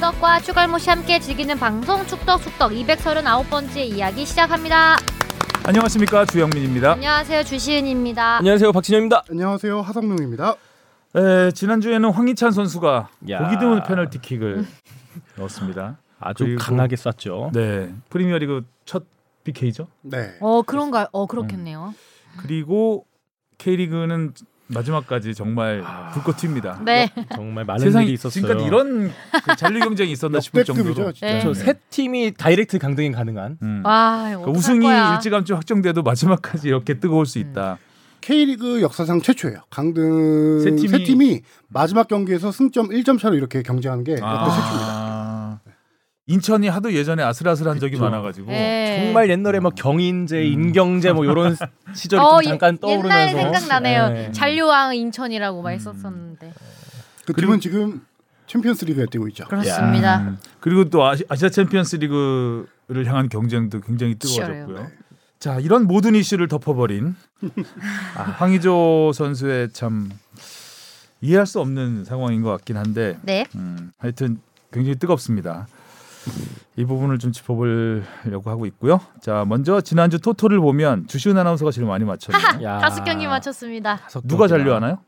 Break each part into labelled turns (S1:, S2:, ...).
S1: 저와 추갈모씨 함께 즐기는 방송 축덕축덕 239번째 이야기 시작합니다.
S2: 안녕하십니까 주영민입니다.
S1: 안녕하세요 주시은입니다.
S3: 안녕하세요 박진영입니다.
S4: 안녕하세요 하성룡입니다.
S2: 에, 지난주에는 황희찬 선수가
S3: 야.
S2: 보기 드문 페널티킥을
S1: 음.
S2: 넣었습니다.
S3: 아주
S2: 그리고-
S3: 강하게 쐈죠.
S2: 네, 프리미어리그 첫 BK죠.
S4: 네.
S1: 어 그런가요? 어 그렇겠네요.
S2: 그리고 K리그는 마지막까지 정말 불꽃 튑니다.
S1: 네.
S3: 정말 많은 아. 일이
S2: 세상에
S3: 있었어요.
S2: 지금까지 이런 그 잔류 경쟁이 있었나 싶을 정도로
S4: 역대급이죠, 진짜.
S1: 네.
S3: 저 세 팀이 다이렉트 강등이 가능한
S2: 음.
S1: 와
S2: 그러니까
S1: 아, 어떡할
S2: 우승이
S1: 거야. 음.
S2: 일찌감치 확정돼도 마지막까지 이렇게 뜨거울 수 있다.
S4: K리그 역사상 최초예요. 강등
S2: 세
S4: 세
S2: 팀이-
S4: 팀이, 마지막 경기에서 승점 1점 차로 이렇게 경쟁한 게
S2: 아.
S4: 역대 최초입니다.
S2: 인천이 하도 예전에 아슬아슬한 적이
S3: 그쵸.
S2: 많아가지고
S1: 네.
S3: 정말 옛날에 막 경인제, 인경제 뭐 이런 시절이
S1: 어,
S3: 좀 잠깐
S1: 예,
S3: 떠오르면서
S1: 옛날 생각나네요.
S3: 네.
S1: 잔류왕 인천이라고 막 있었었는데.
S4: 그 팀은 지금 챔피언스 리그에 뛰고 있죠.
S1: 그렇습니다.
S2: 음. 그리고 또 아시, 아시아 챔피언스리그를 향한 경쟁도 굉장히 뜨거워졌고요.
S4: 치열해요.
S2: 자 이런 모든 이슈를 덮어버린 아, 황의조 선수의 참 이해할 수 없는 상황인 것 같긴 한데
S1: 네.
S2: 음, 하여튼 굉장히 뜨겁습니다. 이 부분을 좀 짚어보려고 하고 있고요. 자 먼저 지난주 토토를 보면 주시은 아나운서가 제일 많이 맞췄네요.
S3: 야.
S1: 다섯 경기 마쳤습니다.
S3: 다섯
S2: 누가
S3: 경기나.
S2: 잔류하나요?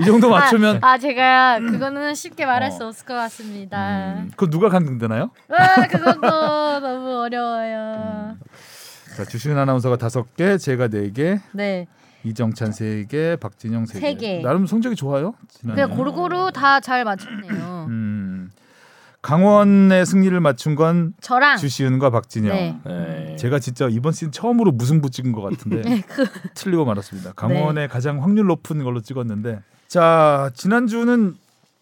S2: 이 정도 맞추면
S1: 아, 아, 제가 그거는 쉽게 말할
S2: 네. 어.
S1: 수 없을 것 같습니다.
S2: 음, 그럼 누가 강등되나요?
S1: 아, 그것도 너무 어려워요.
S2: 자 주시은 아나운서가 다섯 개, 제가 네 개,
S1: 네.
S2: 이정찬 세 개, 박진영 세 개.
S1: 세 개.
S2: 나름 성적이 좋아요. 지난해.
S1: 그냥 고루고루 다 잘 맞췄네요.
S2: 음. 강원의 승리를 맞춘 건
S1: 저랑
S2: 주시은과 박진영.
S1: 아. 네.
S3: 네.
S2: 제가 진짜 이번 시즌 처음으로 무승부 찍은 것
S1: 네,
S2: 같은데
S1: 그-
S2: 틀리고 말았습니다. 강원의 가장 확률 높은 걸로 찍었는데 자 지난주는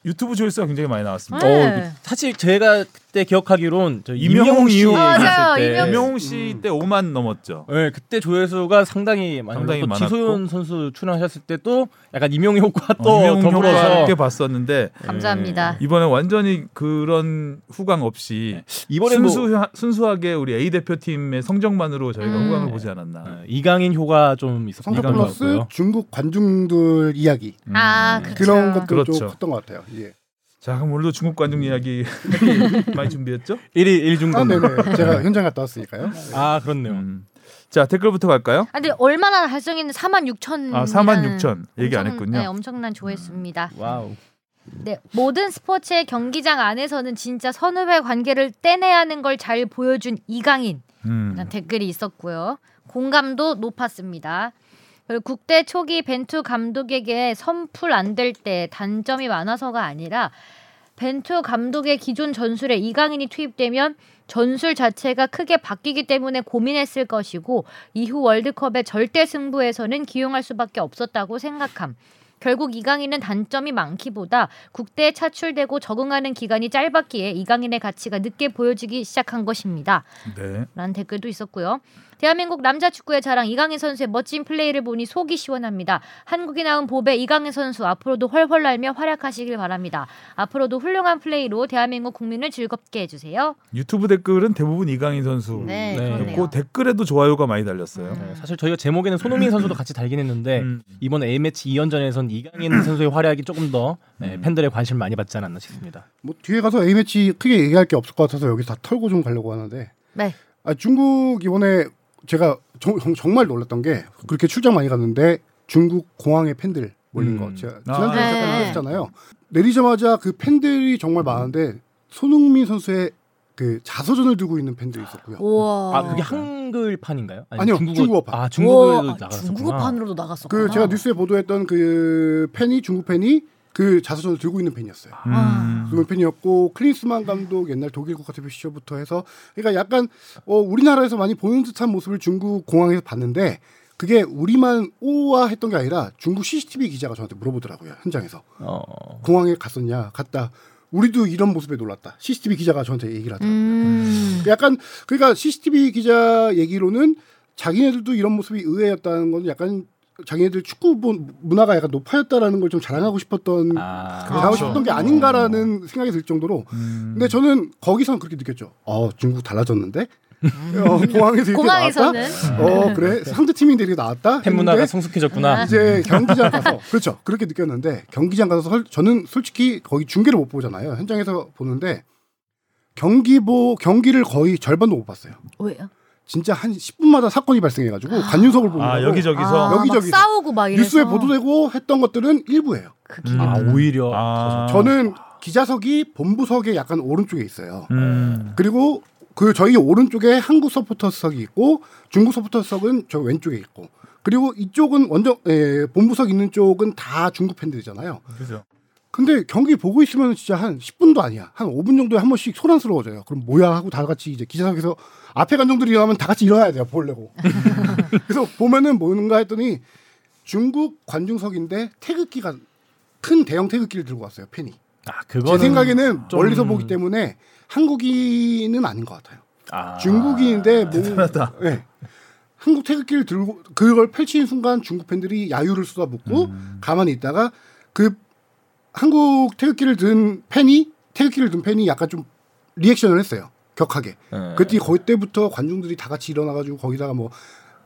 S2: 유튜브 조회수가 굉장히 많이 나왔습니다.
S1: 네.
S3: 어, 사실 제가 그때 기억하기로는 저
S2: 임영웅
S3: 임영웅 씨
S2: 이후
S1: 맞아요,
S3: 했을 때
S1: 임영웅
S2: 네. 이명웅 씨 때 5만 넘었죠.
S3: 네, 그때 조회수가 상당히 많이
S2: 상당히
S3: 또
S2: 많았고.
S3: 지소연 선수 출연하셨을 때 또 약간 임영웅 효과
S2: 어,
S3: 또
S2: 이명웅
S3: 더불어서
S2: 효과 꽤 봤었는데
S1: 감사합니다.
S2: 이번에 완전히 그런 후광 없이
S3: 이번에 뭐
S2: 순수 순수하게 우리 A 대표팀의 성적만으로 저희가
S1: 음.
S2: 호강을 보지 않았나.
S3: 어, 이강인 효과 좀 있었던
S4: 성적
S2: 이강인
S4: 플러스 중국 관중들 이야기
S2: 음.
S1: 아, 그쵸.
S4: 그런 것도
S2: 그렇죠.
S4: 좀 컸던 것 같아요. 예.
S2: 자 그럼 오늘도 중국 관중 이야기 많이 준비했죠?
S3: 1일 1중간.
S4: 아, 네네. 제가 현장 갔다 왔으니까요.
S3: 아 그렇네요.
S2: 음. 자 댓글부터 갈까요?
S1: 아, 근데 얼마나 달성했는데 4만 6천.
S2: 아 4만 6천 얘기 안 했군요.
S1: 네, 음, 엄청난 조회수입니다.
S3: 와우.
S1: 네, 모든 스포츠의 경기장 안에서는 진짜 선후배 관계를 떼내야 하는 걸 잘 보여준 이강인.
S2: 음.
S1: 라는 댓글이 있었고요. 공감도 높았습니다. 그리고 국대 초기 벤투 감독에게 선풀 안 될 때 단점이 많아서가 아니라 벤투 감독의 기존 전술에 이강인이 투입되면 전술 자체가 크게 바뀌기 때문에 고민했을 것이고 이후 월드컵의 절대 승부에서는 기용할 수밖에 없었다고 생각함. 결국 이강인은 단점이 많기보다 국대에 차출되고 적응하는 기간이 짧았기에 이강인의 가치가 늦게 보여지기 시작한 것입니다.
S2: 네.
S1: 라는 댓글도 있었고요. 대한민국 남자 축구의 자랑 이강인 선수의 멋진 플레이를 보니 속이 시원합니다. 한국이 나온 보배 이강인 선수 앞으로도 훨훨 날며 활약하시길 바랍니다. 앞으로도 훌륭한 플레이로 대한민국 국민을 즐겁게 해주세요.
S2: 유튜브 댓글은 대부분 이강인 선수.
S1: 네,
S3: 네.
S1: 그렇네요.
S2: 그 댓글에도 좋아요가 많이 달렸어요.
S1: 음.
S3: 네, 사실 저희가 제목에는 손흥민 선수도 같이 달긴 했는데
S2: 음.
S3: 이번 A 매치 2연전에선
S4: 음.
S3: 이강인 선수의 활약이 조금 더 네,
S2: 음.
S3: 팬들의 관심을 많이 받지 않았나 싶습니다.
S4: 뭐 뒤에 가서 A 매치 크게 얘기할 게 없을 것 같아서 여기 다 털고 좀 가려고 하는데
S1: 네.
S4: 아, 중국 이번에 제가 정, 말 놀랐던 게 그렇게 출장 많이 갔는데 중국 공항에 팬들 몰린
S2: 음.
S4: 거 제가
S2: 아.
S4: 지난주에
S1: 네.
S4: 잠깐 했잖아요. 내리자마자 그 팬들이 정말 많은데 손흥민 선수의 그 자서전을 들고 있는 팬들이 있었고요.
S5: 우와.
S3: 아 그게 한글판인가요?
S4: 아니요, 중국어판.
S3: 아 중국어도
S5: 우와,
S3: 나갔었구나.
S5: 중국어판으로도 나갔었구나.
S4: 그
S1: 아.
S4: 제가 뉴스에 보도했던 그 팬이 중국 팬이 그 자서전을 들고 있는 팬이었어요.
S2: 음.
S4: 중국 팬이었고 클린스만 감독 옛날 독일 국가 대표 시절부터 해서 그러니까 약간 어, 우리나라에서 많이 보는 듯한 모습을 중국 공항에서 봤는데 그게 우리만 오와했던 게 아니라 중국 CCTV 기자가 저한테 물어보더라고요 현장에서
S3: 어,
S4: 공항에 갔었냐 갔다 우리도 이런 모습에 놀랐다 CCTV 기자가 저한테 얘기를
S1: 음.
S4: 하더라고요 약간 그러니까 CCTV 기자 얘기로는 자기네들도 이런 모습이 의외였다는 건 약간 자기네들 축구 본- 문화가 약간 높아졌다라는 걸 좀 자랑하고 싶었던
S3: 아,
S4: 자랑하고 싶었던 게 아닌가라는 생각이 들 정도로
S2: 음.
S4: 근데 저는 거기선 그렇게 느꼈죠. 어, 중국 달라졌는데? 어, 공항에서 이렇게 나왔다.
S1: 공항에서는
S4: 어 그래 상대 팀인데 이렇게 나왔다.
S3: 팬 문화가
S4: 했는데
S3: 성숙해졌구나.
S4: 이제 경기장 가서 그렇죠 그렇게 느꼈는데 경기장 가서 설- 저는 솔직히 거기 중계를 못 보잖아요 현장에서 보는데 경기보 경기를 거의 절반도 못 봤어요
S1: 왜요?
S4: 진짜 한 10분마다 사건이 발생해가지고 간윤석을 보고
S2: 아 여기저기서
S1: 아,
S4: 여기저기서.
S1: 막 싸우고 막 이래서
S4: 뉴스에 보도되고 했던 것들은 일부예요
S1: 그
S2: 음.
S1: 기분.
S3: 아 오히려
S2: 아.
S4: 저는 기자석이 본부석에 약간 오른쪽에 있어요
S2: 음.
S4: 그리고 그 저희 오른쪽에 한국 서포터석이 있고 중국 서포터석은 저 왼쪽에 있고 그리고 이쪽은 원정 에, 본부석 있는 쪽은 다 중국 팬들이잖아요.
S2: 그죠.
S4: 근데 경기 보고 있으면 진짜 한 10분도 아니야. 한 5분 정도에 한 번씩 소란스러워져요. 그럼 뭐야 하고 다 같이 이제 기자석에서 앞에 관중들이 일어나면 다 같이 일어나야 돼요. 보려고. 그래서 보면은 뭔가 했더니 중국 관중석인데 태극기가 큰 대형 태극기를 들고 왔어요. 팬이.
S3: 아, 그거는
S4: 제 생각에는
S3: 좀-
S4: 멀리서 보기 때문에 한국인은 아닌 것 같아요.
S3: 아.
S4: 중국인인데 대단하다. 한국 태극기를 들고 그걸 펼치는 순간 중국 팬들이 야유를 쏟아붓고 가만히 있다가 그 한국 태극기를 든 팬이 태극기를 든 팬이 약간 좀 리액션을 했어요. 격하게.
S3: 네.
S4: 그때 그때부터 관중들이 다 같이 일어나가지고 거기다가 뭐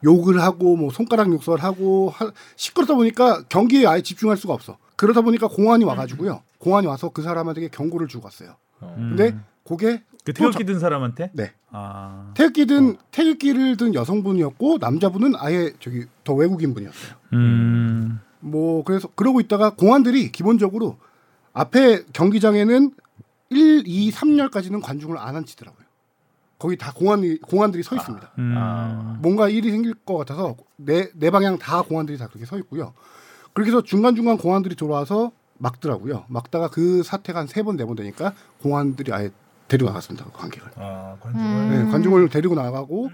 S4: 욕을 하고 뭐 손가락 욕설 하고 하- 시끄럽다 보니까 경기에 아예 집중할 수가 없어. 그러다 보니까 공안이 와가지고요. 공안이 와서 그 사람한테 경고를 주고 갔어요.
S3: 아.
S2: 음.
S4: 근데 그게
S2: 그 태극기 든 사람한테
S4: 네.
S2: 아.
S4: 태극기든 태극기를 든 여성분이었고 남자분은 아예 저기 더 외국인 분이었어요.
S2: 음.
S4: 뭐 그래서 그러고 있다가 공안들이 기본적으로 앞에 경기장에는 1, 2, 3열까지는 관중을 안 앉히더라고요. 거기 다 공안이 공안들이 서 있습니다.
S2: 음.
S3: 아.
S4: 뭔가 일이 생길 것 같아서 내, 내 방향 다 공안들이 다 그렇게 서 있고요. 그렇게 해서 중간중간 공안들이 들어와서 막더라고요. 막다가 그 사태가 한 세 번, 네 번 되니까 공안들이 아예 데리고 나갔습니다. 그 관객을.
S2: 아, 관중을.
S1: 음.
S4: 네, 관중을 데리고 나가고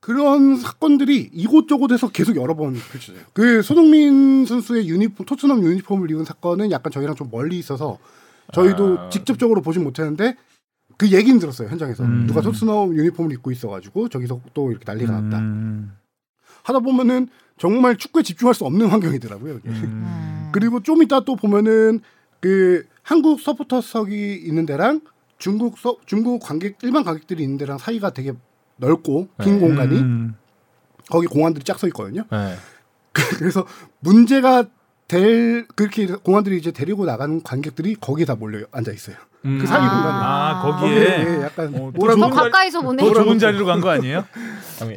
S4: 그런 사건들이 이곳저곳에서 계속 여러 번 펼쳐져요. 그 손흥민 선수의 유니폼, 토트넘 유니폼을 입은 사건은 약간 저희랑 좀 멀리 있어서 저희도
S3: 아.
S4: 직접적으로 보진 못했는데 그 얘기는 들었어요 현장에서
S2: 음.
S4: 누가 토트넘 유니폼을 입고 있어가지고 저기서 또 이렇게 네, 난리가 났다.
S2: 음.
S4: 하다 보면은 정말 축구에 집중할 수 없는 환경이더라고요. 이게.
S2: 음.
S4: 그리고 좀 이따 또 보면은 그 한국 서포터석이 있는 데랑 중국 서, 중국 관객 일반 관객들이 있는 데랑 사이가 되게 넓고 빈
S3: 네.
S4: 공간이
S2: 음.
S4: 거기 공안들이 짝 서 있거든요.
S3: 네.
S4: 그래서 문제가 될 그렇게 공안들이 이제 데리고 나가는 관객들이 거기에 다 몰려 앉아 있어요.
S3: 음.
S4: 그 사기
S1: 아.
S4: 공간에.
S2: 아, 거기에
S4: 거기에 약간
S2: 어, 또
S4: 뭐라고
S1: 더
S2: 좋은 날-
S1: 가까이서 보내.
S2: 더 좋은 자리로 간 거 아니에요?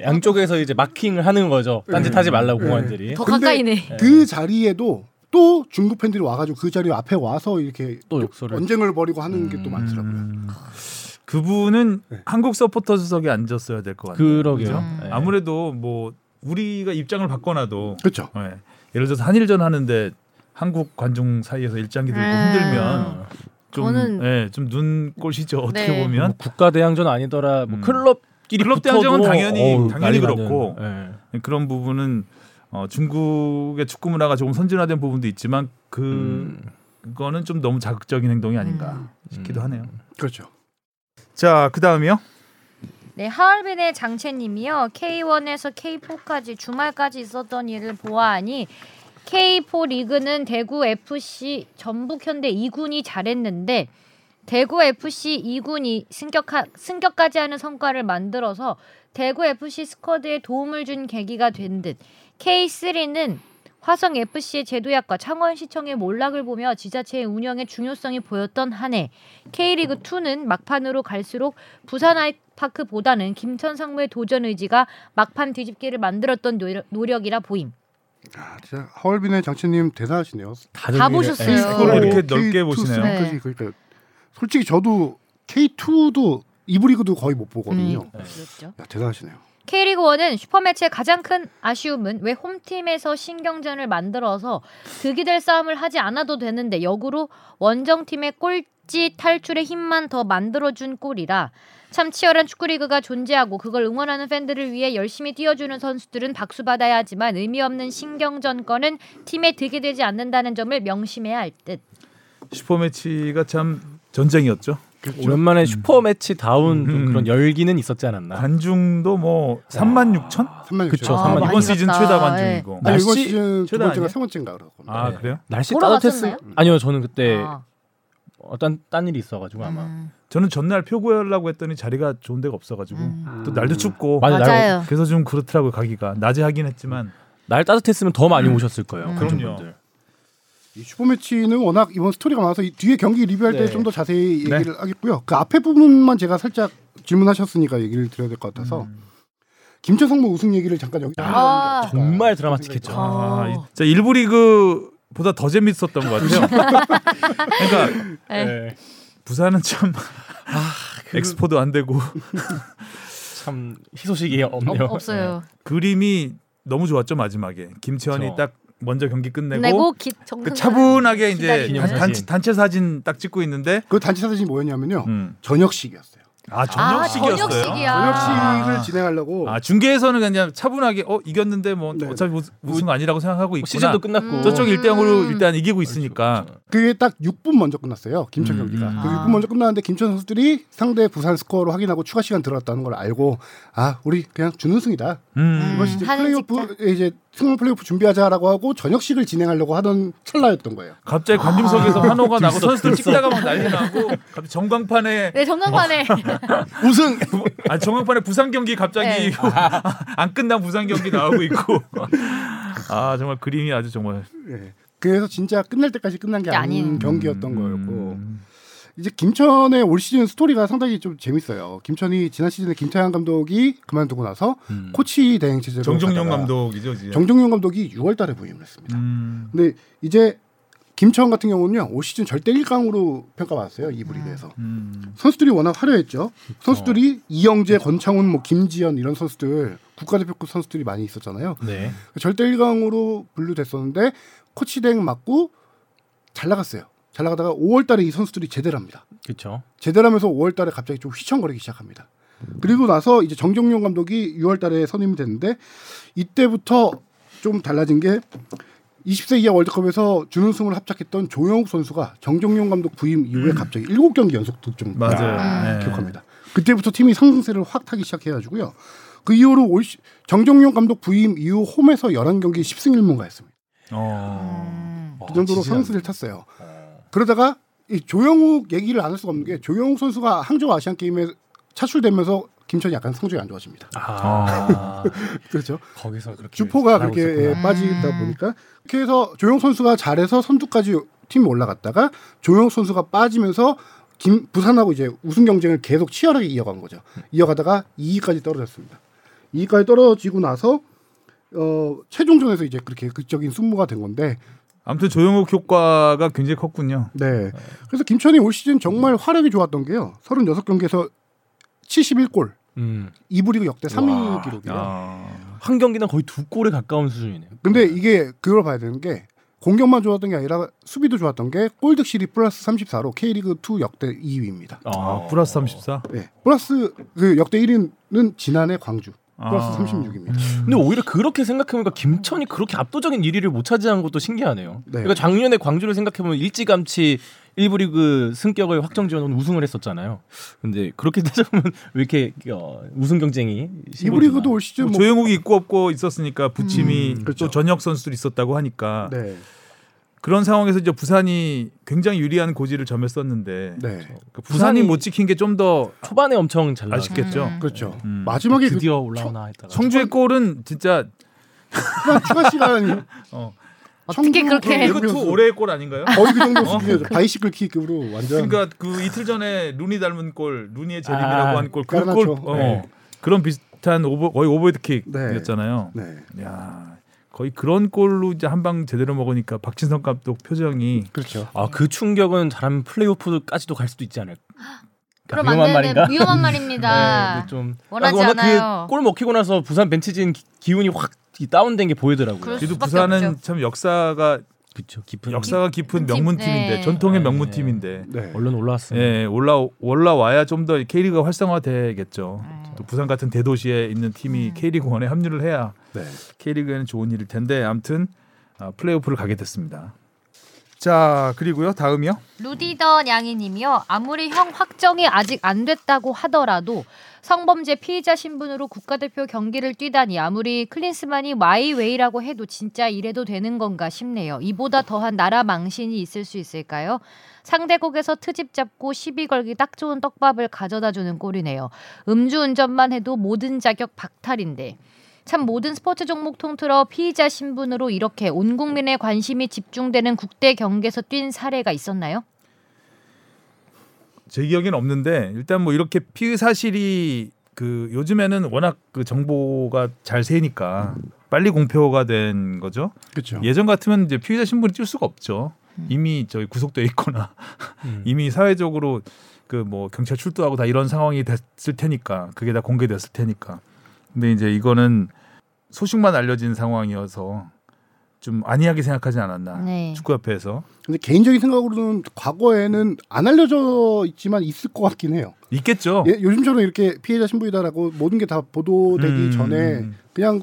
S3: 양쪽에서 이제 마킹을 하는 거죠. 딴짓 하지 말라고
S4: 네.
S3: 공안들이.
S1: 더
S4: 근데-
S1: 가까이네.
S2: 예.
S4: 그 자리에도 또 중국 팬들이 와가지고 그 자리 앞에 와서 이렇게
S3: 또 욕설을.
S4: 언쟁을 벌이고 하는 게 또 많더라고요.
S2: 그렇죠. 음. 그분은
S4: 네.
S2: 한국 서포터석에 앉았어야 될 것 같아요.
S3: 그러게요.
S1: 음.
S3: 네.
S2: 아무래도 뭐 우리가 입장을 바꿔놔도
S4: 그렇죠.
S2: 예. 예를 들어서 한일전 하는데 한국 관중 사이에서 일장기 들고
S1: 음.
S2: 흔들면 좀
S1: 저는-
S2: 예, 좀 눈꼴시죠 어떻게
S1: 네.
S2: 보면
S3: 뭐 국가 대항전 아니더라. 뭐
S2: 음.
S3: 클럽끼리
S2: 클럽
S3: 붙어도
S2: 대항전은 당연히-
S3: 어우,
S2: 당연히
S3: 난리 나는.
S2: 그렇고.
S3: 네.
S2: 그런 부분은 어, 중국의 축구 문화가 조금 선진화된 부분도 있지만 그
S3: 음.
S2: 그거는 좀 너무 자극적인 행동이 아닌가
S1: 음.
S2: 싶기도 하네요.
S4: 그렇죠.
S2: 자, 그 다음이요.
S1: 네, 하얼빈의 장채님이요. K1에서 K4까지 주말까지 있었던 일을 보아하니 K4 리그는 대구 FC 전북현대 2군이 잘했는데 대구 FC 2군이 승격하, 승격까지 하는 성과를 만들어서 대구 FC 스쿼드에 도움을 준 계기가 된 듯 K3는 화성 FC의 제도약과 창원시청의 몰락을 보며 지자체의 운영의 중요성이 보였던 한 해 K리그 2는 막판으로 갈수록 부산 아이파크보다는 김천 상무의 도전 의지가 막판 뒤집기를 만들었던 노력, 노력이라 보임.
S4: 아, 진짜 하얼빈의 장치님 대단하시네요.
S3: 다들
S1: 다
S3: 이래-
S1: 보셨어요.
S3: 네.
S1: 이걸
S4: 어,
S2: 이렇게
S4: K2
S2: 넓게 보시네요.
S4: 스펙까지 그러니까 솔직히 저도 K2도 이브리그도 거의 못 보거든요.
S1: 음, 그렇죠.
S4: 야, 대단하시네요.
S1: K리그 1은 슈퍼매치의 가장 큰 아쉬움은 왜 홈팀에서 신경전을 만들어서 득이 될 싸움을 하지 않아도 되는데 역으로 원정팀의 꼴찌 탈출의 힘만 더 만들어준 꼴이라 참 치열한 축구리그가 존재하고 그걸 응원하는 팬들을 위해 열심히 뛰어주는 선수들은 박수받아야 하지만 의미 없는 신경전권은 팀에 득이 되지 않는다는 점을 명심해야 할 듯.
S2: 슈퍼매치가 참 전쟁이었죠.
S3: 오랜만에 슈퍼 매치 다운 좀
S2: 음.
S3: 그런 열기는 있었지 않았나.
S2: 관중도 뭐 3만 6천?
S4: 3만
S3: 그쵸,
S1: 아,
S3: 삼만
S1: 많이
S2: 이번 시즌
S1: 갔다.
S2: 최다
S1: 예.
S2: 관중이고.
S4: 아니, 이번
S3: 날씨
S4: 시즌 두
S2: 최다
S4: 번째가
S2: 아니야?
S4: 세 번째인가 그러거든요.
S2: 아
S3: 네.
S2: 그래요?
S3: 날씨
S1: 보러
S3: 따뜻했을
S2: 네.
S1: 갔었나요?
S3: 아니요 저는 그때
S1: 아.
S3: 어떤 딴 일이 있어가지고 아마
S1: 음.
S2: 저는 전날 표 구하려고 했더니 자리가 좋은 데가 없어가지고
S1: 음.
S2: 또 날도 춥고
S3: 어, 맞아요.
S1: 맞아요.
S2: 그래서 좀 그렇더라고요 가기가 낮에 하긴 했지만
S3: 날 따뜻했으면 더 많이 오셨을 거예요.
S1: 음.
S3: 그런
S2: 그럼요.
S3: 분들.
S4: 이 슈퍼매치는 워낙 이번 스토리가 많아서 이 뒤에 경기 리뷰할 때
S3: 네.
S4: 좀 더 자세히
S2: 네.
S4: 얘기를 하겠고요. 그 앞에 부분만 제가 살짝 질문하셨으니까 얘기를 드려야 될 것 같아서 김천성 무 우승 얘기를 잠깐 여기서
S1: 아.
S4: 하는 게 어떨까
S3: 정말 드라마틱했죠.
S1: 아.
S2: 아, 이- 진짜 일부 리그보다 더 재밌었던 것 같아요. 그러니까
S3: 네.
S2: 부산은 참
S3: 그-
S2: 엑스포도 안 되고
S3: 참 희소식이 없네요.
S1: 없- 없어요.
S2: 그림이 너무 좋았죠 마지막에 김채원이
S3: 그쵸.
S2: 딱 먼저 경기 끝내고
S1: 내고 기, 정승
S2: 그 네, 차분하게 이제
S1: 기다리는.
S2: 단,
S3: 사진.
S2: 단체 사진 딱 찍고 있는데
S4: 그 단체 사진이 뭐였냐면요.
S2: 음.
S4: 저녁식이었어요.
S2: 아
S1: 아,
S2: 저녁식이었어요.
S1: 저녁식이야.
S4: 저녁식을
S2: 아.
S4: 진행하려고
S2: 아, 중계에서는 그냥 차분하게 어 이겼는데 뭐
S4: 네.
S2: 어차피 우승- 우승 아니라고 생각하고
S3: 뭐
S2: 있구나.
S3: 시즌도 끝났고
S2: 저쪽 1대0으로
S1: 음.
S2: 일단 이기고 있으니까
S4: 그게 딱 6분 먼저 끝났어요. 김천
S2: 음,
S4: 경기가.
S2: 음.
S4: 그
S1: 아.
S4: 6분 먼저 끝났는데 김천 선수들이 상대 부산 스코어로 확인하고 추가 시간 들어갔다는 걸 알고 아 우리 그냥 준우승이다.
S2: 음.
S1: 음.
S4: 이번 시즌
S1: 사진
S4: 플레이오프 이제 승문 플레이오프 준비하자라고 하고 저녁식을 진행하려고 하던 찰나였던 거예요.
S2: 갑자기 관중석에서 환호가 나고
S3: 들썩,
S2: 선수들
S3: 들썩.
S2: 찍다가 막 난리 나고 갑자기 전광판에
S1: 네 정강판에
S2: 어.
S3: 우승.
S2: 아 전광판에 부산 경기 갑자기
S1: 네.
S2: 안 끝난 부산 경기 나오고 있고 아 정말 그림이 아주 정말
S4: 예. 그래서 진짜 끝날 때까지 끝난 게 예, 아닌
S1: 아닌.
S4: 경기였던 거였고
S2: 음.
S4: 이제 김천의 올 시즌 스토리가 상당히 좀 재밌어요. 김천이 지난 시즌에 김태환 감독이 그만두고 나서
S3: 음.
S4: 코치 대행 체제로
S2: 정종용
S4: 가다가
S2: 감독이죠 지금.
S4: 정종용 감독이 6월달에 부임을 했습니다.
S2: 음.
S4: 근데 이제 김천 같은 경우는요 올 시즌 절대 1강으로 평가받았어요 이부 리그에서
S2: 음.
S4: 선수들이 워낙 화려했죠. 선수들이 이영재, 권창훈, 뭐 김지현 이런 선수들 국가대표급 선수들이 많이 있었잖아요.
S3: 네.
S4: 절대 1강으로 분류됐었는데 코치 대행 맞고 잘 나갔어요. 잘 나가다가 5월달에 이 선수들이 제대를 합니다.
S3: 그렇죠.
S4: 제대를 하면서 5월달에 갑자기 좀 휘청거리기 시작합니다. 그리고 나서 이제 정정용 감독이 6월달에 선임이 됐는데 이때부터 좀 달라진 게 20세 이하 월드컵에서 준우승을 합작했던 조영욱 선수가 정정용 감독 부임 이후에 갑자기 7경기 연속 득점
S2: 음. 맞아요. 네.
S4: 기억합니다. 그때부터 팀이 상승세를 확 타기 시작해가지고요. 그 이후로 올 시- 정정용 감독 부임 이후 홈에서 11경기 10승 1무가 했습니다.
S2: 어.
S1: 음.
S4: 그
S3: 아,
S4: 정도로 상승세를 탔어요. 그러다가 이 조영욱 얘기를 안 할 수가 없는 게 조영욱 선수가 항저우 아시안 게임에 차출되면서 김천이 약간 성적이 안 좋아집니다.
S3: 아.
S4: 그렇죠.
S3: 거기서 그렇게
S4: 주포가
S3: 잘하고
S4: 그렇게 예,
S3: 있었구나.
S4: 빠지다 보니까 그렇게 해서 조영욱 선수가 잘해서 선두까지 팀이 올라갔다가 조영욱 선수가 빠지면서 김 부산하고 이제 우승 경쟁을 계속 치열하게 이어간 거죠. 이어가다가 2위까지 떨어졌습니다. 2위까지 떨어지고 나서 어, 최종전에서 이제 그렇게 극적인 승부가 된 건데
S2: 아무튼 조영욱 효과가 굉장히 컸군요.
S4: 네. 그래서 김천이 올 시즌 정말 화력이 좋았던 게요. 36경기에서 71골.
S3: 음.
S4: 이부 리그 역대 3위
S3: 와.
S4: 기록이에요.
S2: 아.
S3: 한 경기당 거의 두 골에 가까운 수준이네요.
S4: 근데 이게 그걸 봐야 되는 게 공격만 좋았던 게 아니라 수비도 좋았던 게 골득실이 플러스 34로 K리그 2 역대 2위입니다.
S2: 아, 플러스 34.
S4: 네. 플러스 그 역대 1위는 지난해 광주. 플러스
S2: 아.
S4: 36입니다.
S3: 근데 오히려 그렇게 생각해보니까 김천이 그렇게 압도적인 1위를 못 차지한 것도 신기하네요.
S4: 네.
S3: 그러니까 작년에 광주를 생각해보면 일찌감치 1부 리그 승격을 확정지어놓은 우승을 했었잖아요. 근데 그렇게 따져보면 왜 이렇게 어, 우승 경쟁이
S4: 이부 리그도 올 시즌 뭐
S2: 어, 조영욱이 있고 없고 있었으니까 부침이
S4: 음, 그렇죠.
S2: 또 전역 선수들이 있었다고 하니까
S4: 네.
S2: 그런 상황에서 이제 부산이 굉장히 유리한 고지를 점했었는데
S4: 네.
S2: 그 부산이
S3: 부산이-
S2: 못 지킨 게 좀 더
S3: 초반에 엄청 잘 나왔죠.
S2: 아쉽겠죠.
S1: 음.
S4: 그렇죠.
S2: 음.
S4: 마지막에 그
S3: 드디어 올라오나 했다가
S2: 성주의 골은 진짜
S4: 추가 시간
S2: 어,
S1: 어떻게
S4: 청주
S1: 그렇게
S4: 그-
S2: 리그 2 올해의 골 아닌가요?
S4: 거의 그 정도 수준이죠. 바이시클 킥으로 완전
S2: 어? 그러니까 그 이틀 전에 루니 닮은 골, 루니의
S3: 아,
S2: 재림이라고 한 골, 그
S4: 까르나초.
S2: 골, 어,
S4: 네.
S2: 그런 비슷한 오버, 거의
S4: 네.
S2: 오버헤드킥이었잖아요.
S4: 네.
S2: 야 거의 그런 골로 이제 한 방 제대로 먹으니까 박진성 감독 표정이
S4: 그렇죠.
S3: 아그 충격은 잘하면 플레이오프까지도 갈 수도 있지 않을까.
S1: 그럼 안 되는데 위험한 말입니다.
S3: 네, 좀
S1: 아, 원하지
S3: 아, 워낙
S1: 않아요.
S3: 그골 먹히고 나서 부산 벤치진 기- 기운이 확이 다운된 게 보이더라고요.
S1: 그럴
S2: 그래도
S1: 수밖에
S2: 부산은
S1: 없죠.
S2: 참 역사가
S3: 그렇죠. 깊은
S2: 역사가 깊은
S1: 팀,
S2: 명문팀인데
S1: 네.
S2: 전통의
S3: 네.
S2: 명문팀인데
S4: 네.
S3: 얼른 올라왔어요.
S2: 예 올라 올라와야 좀 더 K리그가 활성화되겠죠.
S1: 아.
S2: 또 부산 같은 대도시에 있는 팀이 K리그 원에 합류를 해야
S4: 네.
S2: K리그에는 좋은 일일 텐데 아무튼 아, 플레이오프를 가게 됐습니다. 자 그리고요 다음이요.
S1: 루디더 냥이님이요. 아무리 형 확정이 아직 안 됐다고 하더라도 성범죄 피의자 신분으로 국가대표 경기를 뛰다니 아무리 클린스만이 마이웨이라고 해도 진짜 이래도 되는 건가 싶네요. 이보다 더한 나라 망신이 있을 수 있을까요? 상대국에서 트집 잡고 시비 걸기 딱 좋은 떡밥을 가져다 주는 꼴이네요. 음주운전만 해도 모든 자격 박탈인데. 참 모든 스포츠 종목 통틀어 피의자 신분으로 이렇게 온 국민의 관심이 집중되는 국대 경기에서 뛴 사례가 있었나요?
S2: 제 기억엔 없는데 일단 뭐 이렇게 피의 사실이 그 요즘에는 워낙 그 정보가 잘 새니까 빨리 공표가 된 거죠.
S4: 그렇죠.
S2: 예전 같으면 이제 피의자 신분이 뛸 수가 없죠. 이미 저희 구속돼 있거나
S4: 음.
S2: 이미 사회적으로 그 뭐 경찰 출두하고 다 이런 상황이 됐을 테니까 그게 다 공개됐을 테니까. 근데 이제 이거는 소식만 알려진 상황이어서 좀 안이하게 생각하지
S4: 아,
S2: 않았나
S1: 네.
S2: 축구협회에서
S4: 근데 개인적인 생각으로는 과거에는 안 알려져 있지만 있을 것 같긴 해요.
S2: 있겠죠.
S4: 예, 요즘처럼 이렇게 피해자 신부이다라고 모든 게 다 보도되기
S2: 음.
S4: 전에 그냥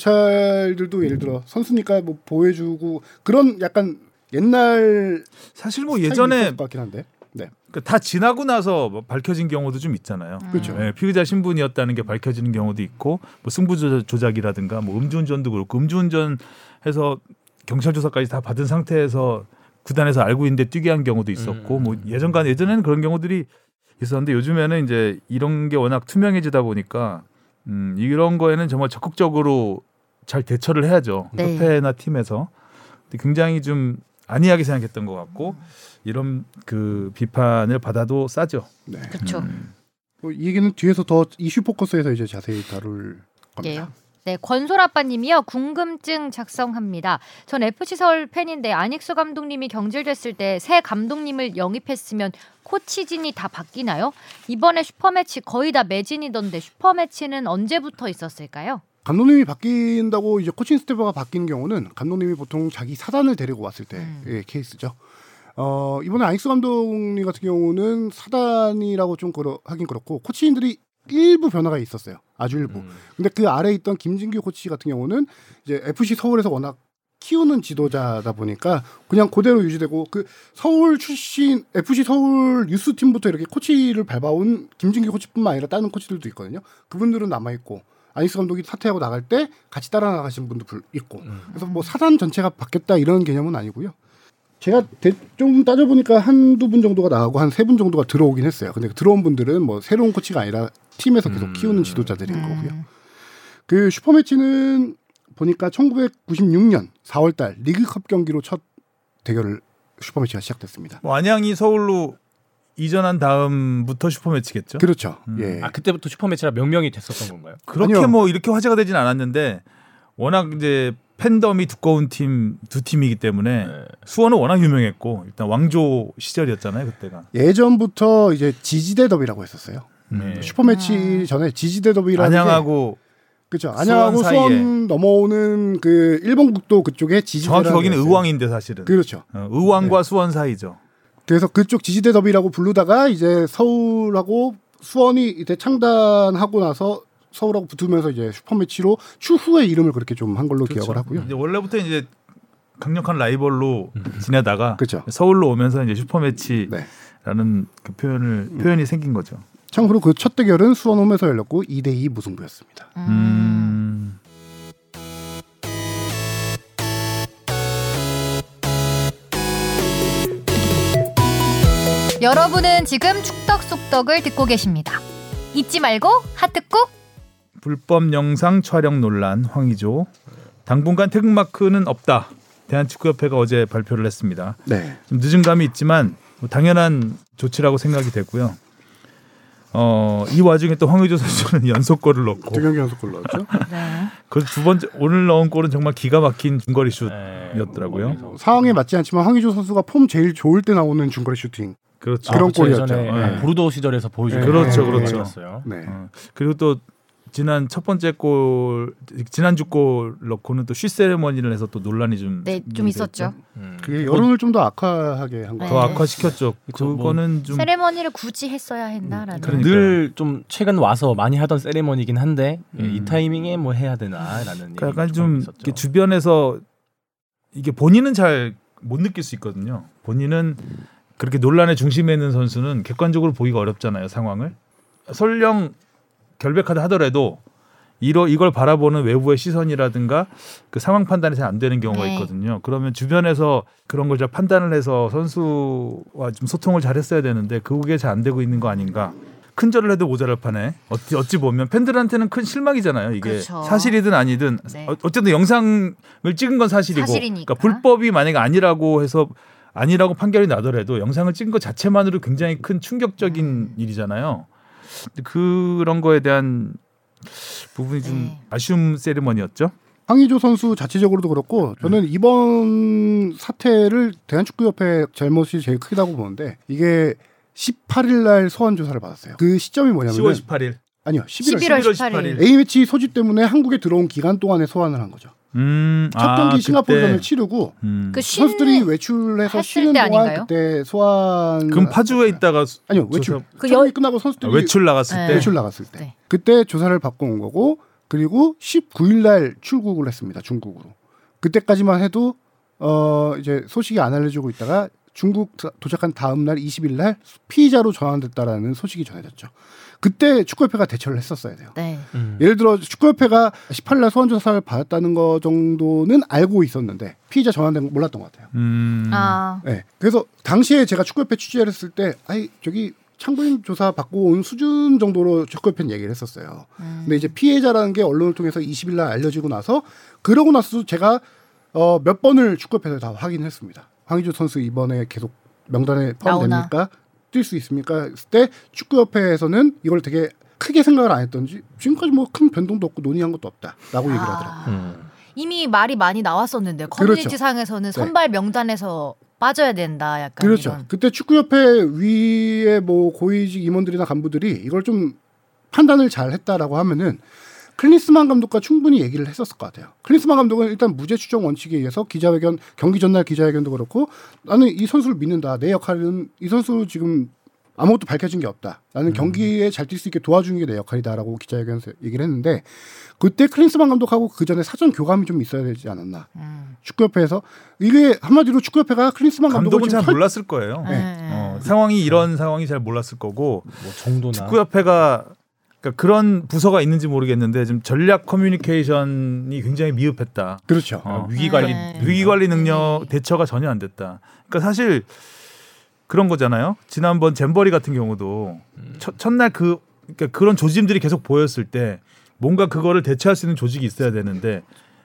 S4: 경찰들도 예를 들어 선수니까 뭐 보여주고 그런 약간 옛날
S2: 사실 뭐
S4: 스타일이
S2: 예전에
S4: 있을 것 같긴 한데. 네.
S2: 그다 지나고 나서 뭐 밝혀진 경우도 좀 있잖아요.
S4: 그렇죠.
S2: 예, 피의자 신분이었다는 게 밝혀지는 경우도 있고 뭐 승부 조- 조작이라든가 뭐 음주운전도 그렇고 음주운전 해서 경찰 조사까지 다 받은 상태에서 구단에서 알고 있는데 뛰게 한 경우도 있었고
S3: 음.
S2: 뭐 예전간 예전에는 그런 경우들이 있었는데 요즘에는 이제 이런 게 워낙 투명해지다 보니까 음, 이런 거에는 정말 적극적으로 잘 대처를 해야죠.
S1: 네.
S2: 협회나 팀에서 근데 굉장히 좀 안이하게 생각했던 것 같고 이런 그 비판을 받아도 싸죠.
S4: 네.
S1: 그렇죠.
S4: 뭐이 얘기는 뒤에서 더 이슈 포커스에서 이제 자세히 다룰 겁니다.
S1: 예요. 네, 권솔 아빠님이요. 궁금증 작성합니다. 전 FC 서울 팬인데 안익수 감독님이 경질됐을 때 새 감독님을 영입했으면 코치진이 다 바뀌나요? 이번에 슈퍼매치 거의 다 매진이던데 슈퍼매치는 언제부터 있었을까요?
S4: 감독님이 바뀐다고 이제 코칭 스태프가 바뀌는 경우는 감독님이 보통 자기 사단을 데리고 왔을 때의 예,
S1: 음.
S4: 케이스죠. 어, 이번에 아닉스 감독님 같은 경우는 사단이라고 좀 그러, 하긴 그렇고 코치인들이 일부 변화가 있었어요. 아주 일부. 근데 그 아래 에 있던 김진규 코치 같은 경우는 이제 FC 서울에서 워낙 키우는 지도자다 보니까 그냥 그대로 유지되고 그 서울 출신 FC 서울 유스 팀부터 이렇게 코치를 밟아온 김진규 코치뿐만 아니라 다른 코치들도 있거든요. 그분들은 남아 있고 아니스 감독이 사퇴하고 나갈 때 같이 따라 나가신 분도 불- 있고 그래서 뭐 사단 전체가 바뀌었다 이런 개념은 아니고요. 제가 대, 좀 따져보니까 한두 분 정도가 나가고 한 세 분 정도가 들어오긴 했어요. 근데 들어온 분들은 뭐 새로운 코치가 아니라 팀에서 계속 키우는 지도자들인 거고요. 그 슈퍼매치는 보니까 1996년 4월달 리그컵 경기로 첫 대결을 슈퍼매치가 시작됐습니다.
S2: 뭐 안양이 서울로 이전한 다음부터 슈퍼매치겠죠.
S4: 그렇죠.
S2: 음.
S4: 예.
S3: 아 그때부터 슈퍼매치라 명명이 됐었던 건가요?
S2: 그, 렇게
S4: 아니요.
S2: 뭐 이렇게 화제가 되진 않았는데 워낙 이제 팬덤이 두꺼운 팀 두 팀이기 때문에
S3: 네.
S2: 수원은 워낙 유명했고 일단 왕조 시절이었잖아요 그때가.
S4: 예전부터 이제 지지대 더비라고 했었어요.
S2: 네.
S4: 슈퍼매치 전에 지지대 더비라는 게-
S2: 안양하고
S4: 그렇죠. 안양하고
S2: 수원
S4: 수원,
S2: 사이에.
S4: 넘어오는 그 일본 국도 그쪽에 지지대
S2: 정확히 거기는 의왕인데 사실은
S4: 그렇죠.
S2: 어, 의왕과 수원 사이죠.
S4: 그래서 그쪽 지지대 더비라고 부르다가 이제 서울하고 수원이 이제 창단하고 나서 서울하고 붙으면서 이제 슈퍼매치로 추후에 이름을 그렇게 좀 한 걸로 기억을 하고요.
S2: 이제 원래부터 이제 강력한 라이벌로 지내다가
S4: 그렇죠.
S2: 서울로 오면서 이제 슈퍼매치라는
S4: 네.
S2: 그 표현을 표현이 생긴 거죠.
S4: 참고로 그 첫 대결은 수원 홈에서 열렸고 2대 2 무승부였습니다.
S2: 음.
S1: 여러분은 지금 축덕 속덕을 듣고 계십니다. 잊지 말고 하트 꾹.
S2: 불법 영상 촬영 논란 황의조 당분간 태극마크는 없다. 대한축구협회가 어제 발표를 했습니다.
S4: 네.
S2: 좀 늦은 감이 있지만 뭐 당연한 조치라고 생각이 되고요. 어, 이 와중에 또 황의조 선수는 연속골을 넣고
S4: 두 경기 연속 골 넣었죠.
S2: 그 두 번째 오늘 넣은 골은 정말 기가 막힌 중거리
S4: 아,
S3: 네.
S2: 슛이었더라고요.
S4: 상황에 맞지 않지만 황의조 선수가 폼 제일 좋을 때 나오는 중거리 슈팅.
S2: 그렇죠.
S4: 그런
S3: 그렇죠.
S4: 골이었죠.
S2: 예.
S3: 예전에 보르도 시절에서 보여주던
S2: 그렇죠,
S3: 그런
S2: 그렇죠.
S3: 골이었어요.
S4: 네.
S2: 어, 그리고 또 지난 첫 번째 골 지난주 골 넣고는 또슛 세레머니를 해서 또 논란이 좀
S1: 네, 좀
S2: 생기기도
S1: 있었죠.
S2: 했죠.
S3: 음.
S4: 그게 여론을 좀 더 악화하게 한
S1: 네.
S4: 거예요.
S2: 더 악화시켰죠.
S3: 그쵸, 뭐
S2: 그거는 좀
S1: 세레머니를 굳이 했어야 했나라는.
S2: 그러니까.
S3: 늘 좀 최근 와서 많이 하던 세레머니긴 한데 예,
S2: 음.
S3: 이 타이밍에 뭐 해야 되나라는
S2: 그러니까
S3: 얘기가
S2: 약간 좀
S3: 있었죠.
S2: 이렇게 주변에서 이게 본인은 잘 못 느낄 수 있거든요. 본인은 그렇게 논란의 중심에 있는 선수는 객관적으로 보기가 어렵잖아요 상황을. 설령 결백하다 하더라도 이러 이걸 바라보는 외부의 시선이라든가 그 상황 판단이 잘 안 되는 경우가
S1: 네.
S2: 있거든요. 그러면 주변에서 그런 걸 잘 판단을 해서 선수와 좀 소통을 잘 했어야 되는데 그게 잘 안 되고 있는 거 아닌가. 큰절을 해도 모자랄 판에 어찌 어찌 보면 팬들한테는 큰 실망이잖아요. 이게
S1: 그렇죠.
S2: 사실이든 아니든
S1: 네.
S2: 어- 어쨌든 영상을 찍은 건 사실이고,
S1: 사실이니까.
S2: 그러니까 불법이 만약에 아니라고 해서 아니라고 판결이 나더라도 영상을 찍은 것 자체만으로 굉장히 큰 충격적인
S1: 음.
S2: 일이잖아요. 근데 그런 거에 대한 부분이 좀
S1: 네.
S2: 아쉬움 세리머니였죠.
S4: 황의조 선수 자체적으로도 그렇고
S2: 네.
S4: 저는 이번 사태를 대한축구협회 잘못이 제일 크다고 보는데 이게 18일 날 소환 조사를 받았어요. 그 시점이 뭐냐면
S2: 10월 18일.
S4: 아니요 11월
S1: 11월
S2: 18일.
S1: 18일.
S4: A 매치 소집 때문에 한국에 들어온 기간 동안에 소환을 한 거죠.
S2: 음,
S4: 첫 경기
S2: 그때.
S4: 싱가포르전을 치르고
S2: 음.
S1: 그
S4: 선수들이
S1: 쉬는
S4: 외출해서
S1: 했을
S4: 쉬는
S1: 때
S4: 동안
S1: 아닌가요?
S4: 그때 소환
S2: 그럼 파주에 있다가 수-
S4: 아니요 외출
S2: 조사-
S1: 그
S4: 촬영이
S1: 여-
S4: 끝나고 선수들이
S2: 아, 외출 나갔을
S1: 네.
S2: 때
S4: 외출 나갔을 때
S1: 네.
S4: 그때 조사를 받고 온 거고 그리고 19일 날 출국을 했습니다 중국으로 그때까지만 해도 어 이제 소식이 안 알려지고 있다가 중국 도- 도착한 다음 날 20일 날 피의자로 전환됐다라는 소식이 전해졌죠 그때 축구협회가 대처를 했었어야 돼요
S1: 네.
S3: 음.
S4: 예를 들어 축구협회가 18일 날 소환조사를 받았다는 거 정도는 알고 있었는데 피의자 전환된 건 몰랐던 것 같아요.
S2: 음.
S1: 아
S4: 네. 그래서 당시에 제가 축구협회 취재를 했을 때, 아이 저기 창구인 조사 받고 온 수준 정도로 축구협회는 얘기를 했었어요.
S1: 음.
S4: 근데 이제 피해자라는 게 언론을 통해서 20일 날 알려지고 나서 그러고 나서도 제가 어, 몇 번을 축구협회에서 다 확인했습니다. 황의조 선수 이번에 계속 명단에
S1: 나오나.
S4: 포함됩니까? 뛸 수 있습니까? 했을 때 축구협회에서는 이걸 되게 크게 생각을 안 했던지 지금까지 뭐 큰 변동도 없고 논의한 것도 없다라고 얘기를 하더라고요.
S1: 아,
S3: 음.
S1: 이미 말이 많이 나왔었는데 커뮤니티상에서는
S4: 네.
S1: 선발 명단에서 빠져야 된다 약간
S4: 그렇죠.
S1: 이런.
S4: 그때 축구협회 위에 뭐 고위직 임원들이나 간부들이 이걸 좀 판단을 잘 했다라고 하면은 클린스만 감독과 충분히 얘기를 했었을 것 같아요. 클린스만 감독은 일단 무죄 추정 원칙에 의해서 기자회견 경기 전날 기자회견도 그렇고 나는 이 선수를 믿는다. 내 역할은 이 선수 지금 아무것도 밝혀진 게 없다. 나는 경기에 잘 뛸 수 있게 도와주는 게 내 역할이다라고 기자회견에서 얘기를 했는데 그때 클린스만 감독하고 그 전에 사전 교감이 좀 있어야 되지 않았나.
S1: 음.
S4: 축구협회에서 이게 한마디로 축구협회가 클린스만 감독을
S2: 감독은
S4: 뭐 지금
S2: 잘
S4: 설-
S2: 몰랐을 거예요.
S1: 네.
S2: 어, 상황이 이런 상황이 잘 몰랐을 거고
S3: 뭐 정도나
S2: 축구협회가 그러니까 그런 부서가 있는지 모르겠는데 지금 전략 커뮤니케이션이 굉장히 미흡했다.
S4: 그렇죠.
S2: 어,
S3: 위기 관리
S1: 네.
S2: 위기 관리 능력
S1: 네.
S2: 대처가 전혀 안 됐다. 그러니까 사실 그런 거잖아요. 지난번 잼버리 같은 경우도 첫, 첫날 그 그러니까 그런 조짐들이 계속 보였을 때 뭔가 그거를 대처할 수 있는 조직이 있어야 되는데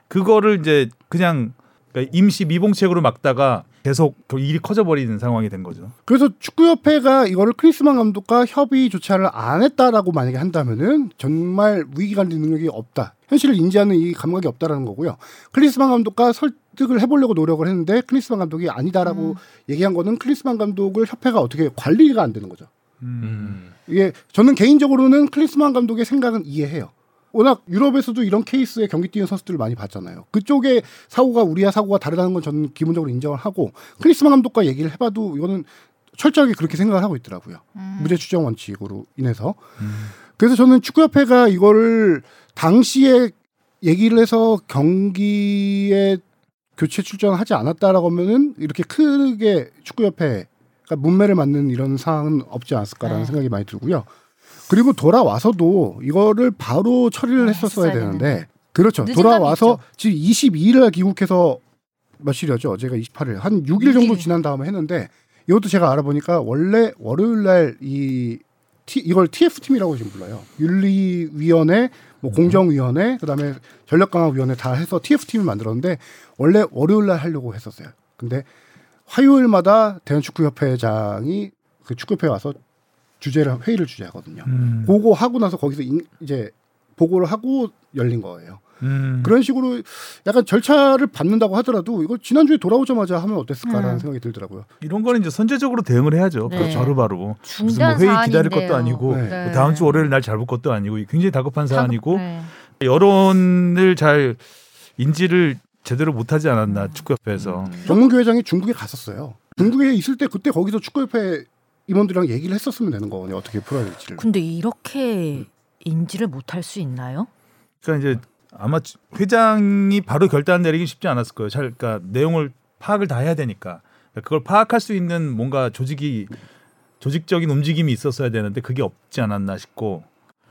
S2: 그거를 이제 그냥 그러니까 임시 미봉책으로 막다가 계속 그 일이 커져버리는 상황이 된 거죠.
S4: 그래서 축구협회가 이거를 크리스만 감독과 협의 조차를 안 했다라고 만약에 한다면은 정말 위기관리 능력이 없다. 현실을 인지하는 이 감각이 없다라는 거고요. 크리스만 감독과 설득을 해보려고 노력을 했는데 크리스만 감독이 아니다라고 얘기한 거는 크리스만 감독을 협회가 어떻게 관리가 안 되는 거죠.
S3: 음.
S4: 이게 예, 저는 개인적으로는 클린스만 감독의 생각은 이해해요. 워낙 유럽에서도 이런 케이스에 경기 뛰는 선수들을 많이 봤잖아요. 그쪽의 사고가 우리와 사고가 다르다는 건 저는 기본적으로 인정을 하고 클린스만 감독과 얘기를 해봐도 이거는 철저하게 그렇게 생각을 하고 있더라고요. 무죄 추정 원칙으로 인해서. 그래서 저는 축구협회가 이거를 당시에 얘기를 해서 경기에 교체 출전하지 않았다라고 하면은 이렇게 크게 축구협회 가 문매를 맞는 이런 상황은 없지 않았을까라는
S1: 네.
S4: 생각이 많이 들고요. 그리고 돌아와서도 이거를 바로 처리를
S1: 네,
S4: 했었어야
S1: 했었어야
S4: 되는데 그렇죠.
S1: 늦은
S4: 돌아와서
S1: 감이
S4: 지금 22일 날 귀국해서 며칠이었죠? 어제가 28일. 한 6일 정도
S1: 육일.
S4: 지난 다음에 했는데 이것도 제가 알아보니까 원래 월요일 날이 이걸 TF팀이라고 지금 불러요. 윤리위원회, 뭐 공정위원회, 그다음에 전력강화위원회 다 해서 TF팀을 만들었는데 원래 월요일 날 하려고 했었어요. 근데 화요일마다 대한축구협회장이 그 축구협회 에 와서 주제를 회의를 주재하거든요. 그거 하고 나서 거기서 인- 이제 보고를 하고 열린 거예요.
S2: 음.
S4: 그런 식으로 약간 절차를 밟는다고 하더라도 이거 지난주에 돌아오자마자 하면 어땠을까라는
S1: 음.
S4: 생각이 들더라고요.
S2: 이런 거는 이제 선제적으로 대응을 해야죠.
S1: 네.
S2: 그렇죠. 바로바로. 무슨 뭐
S1: 중단
S2: 회의
S1: 사안인데요.
S2: 기다릴 것도 아니고
S4: 네.
S2: 뭐 다음 주 월요일 날 잘 볼 것도 아니고 굉장히 다급한 사안이고
S1: 네.
S2: 여론을 잘 인지를 제대로 못하지 않았나
S1: 음.
S2: 축구협회에서
S4: 정문교 회장이 중국에 갔었어요. 중국에 있을 때 그때 거기서 축구협회 임원들이랑 얘기를 했었으면 되는 거거든요. 어떻게 풀어야 될지를.
S1: 근데 이렇게 인지를 못할 수 있나요?
S2: 그러니까 이제 아마 회장이 바로 결단 내리긴 쉽지 않았을 거예요. 잘 그러니까 내용을 파악을 다 해야 되니까 그러니까 그걸 파악할 수 있는 뭔가 조직이 조직적인 움직임이 있었어야 되는데 그게 없지 않았나 싶고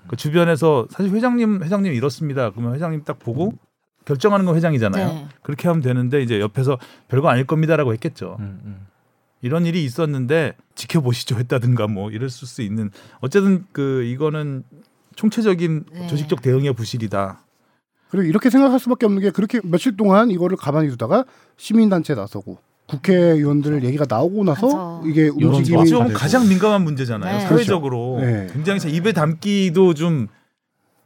S2: 그 주변에서 사실 회장님 회장님 이렇습니다. 그러면 회장님 딱 보고 결정하는 건 회장이잖아요.
S1: 네.
S2: 그렇게 하면 되는데 이제 옆에서 별거 아닐 겁니다라고 했겠죠.
S3: 음, 음.
S2: 이런 일이 있었는데 지켜보시죠 했다든가 뭐 이럴 수 있는 어쨌든 그 이거는 총체적인
S1: 네.
S2: 조직적 대응의 부실이다.
S4: 그리고 이렇게 생각할 수밖에 없는 게 그렇게 며칠 동안 이거를 가만히 두다가 시민단체 나서고 국회의원들 얘기가 나오고 나서
S1: 맞아.
S4: 이게
S3: 여론
S4: 움직임이
S3: 조사.
S2: 어찌 보면
S3: 다르고.
S2: 가장 민감한 문제잖아요.
S1: 네.
S2: 사회적으로
S4: 그렇죠. 네.
S2: 굉장히 참 입에 담기도 좀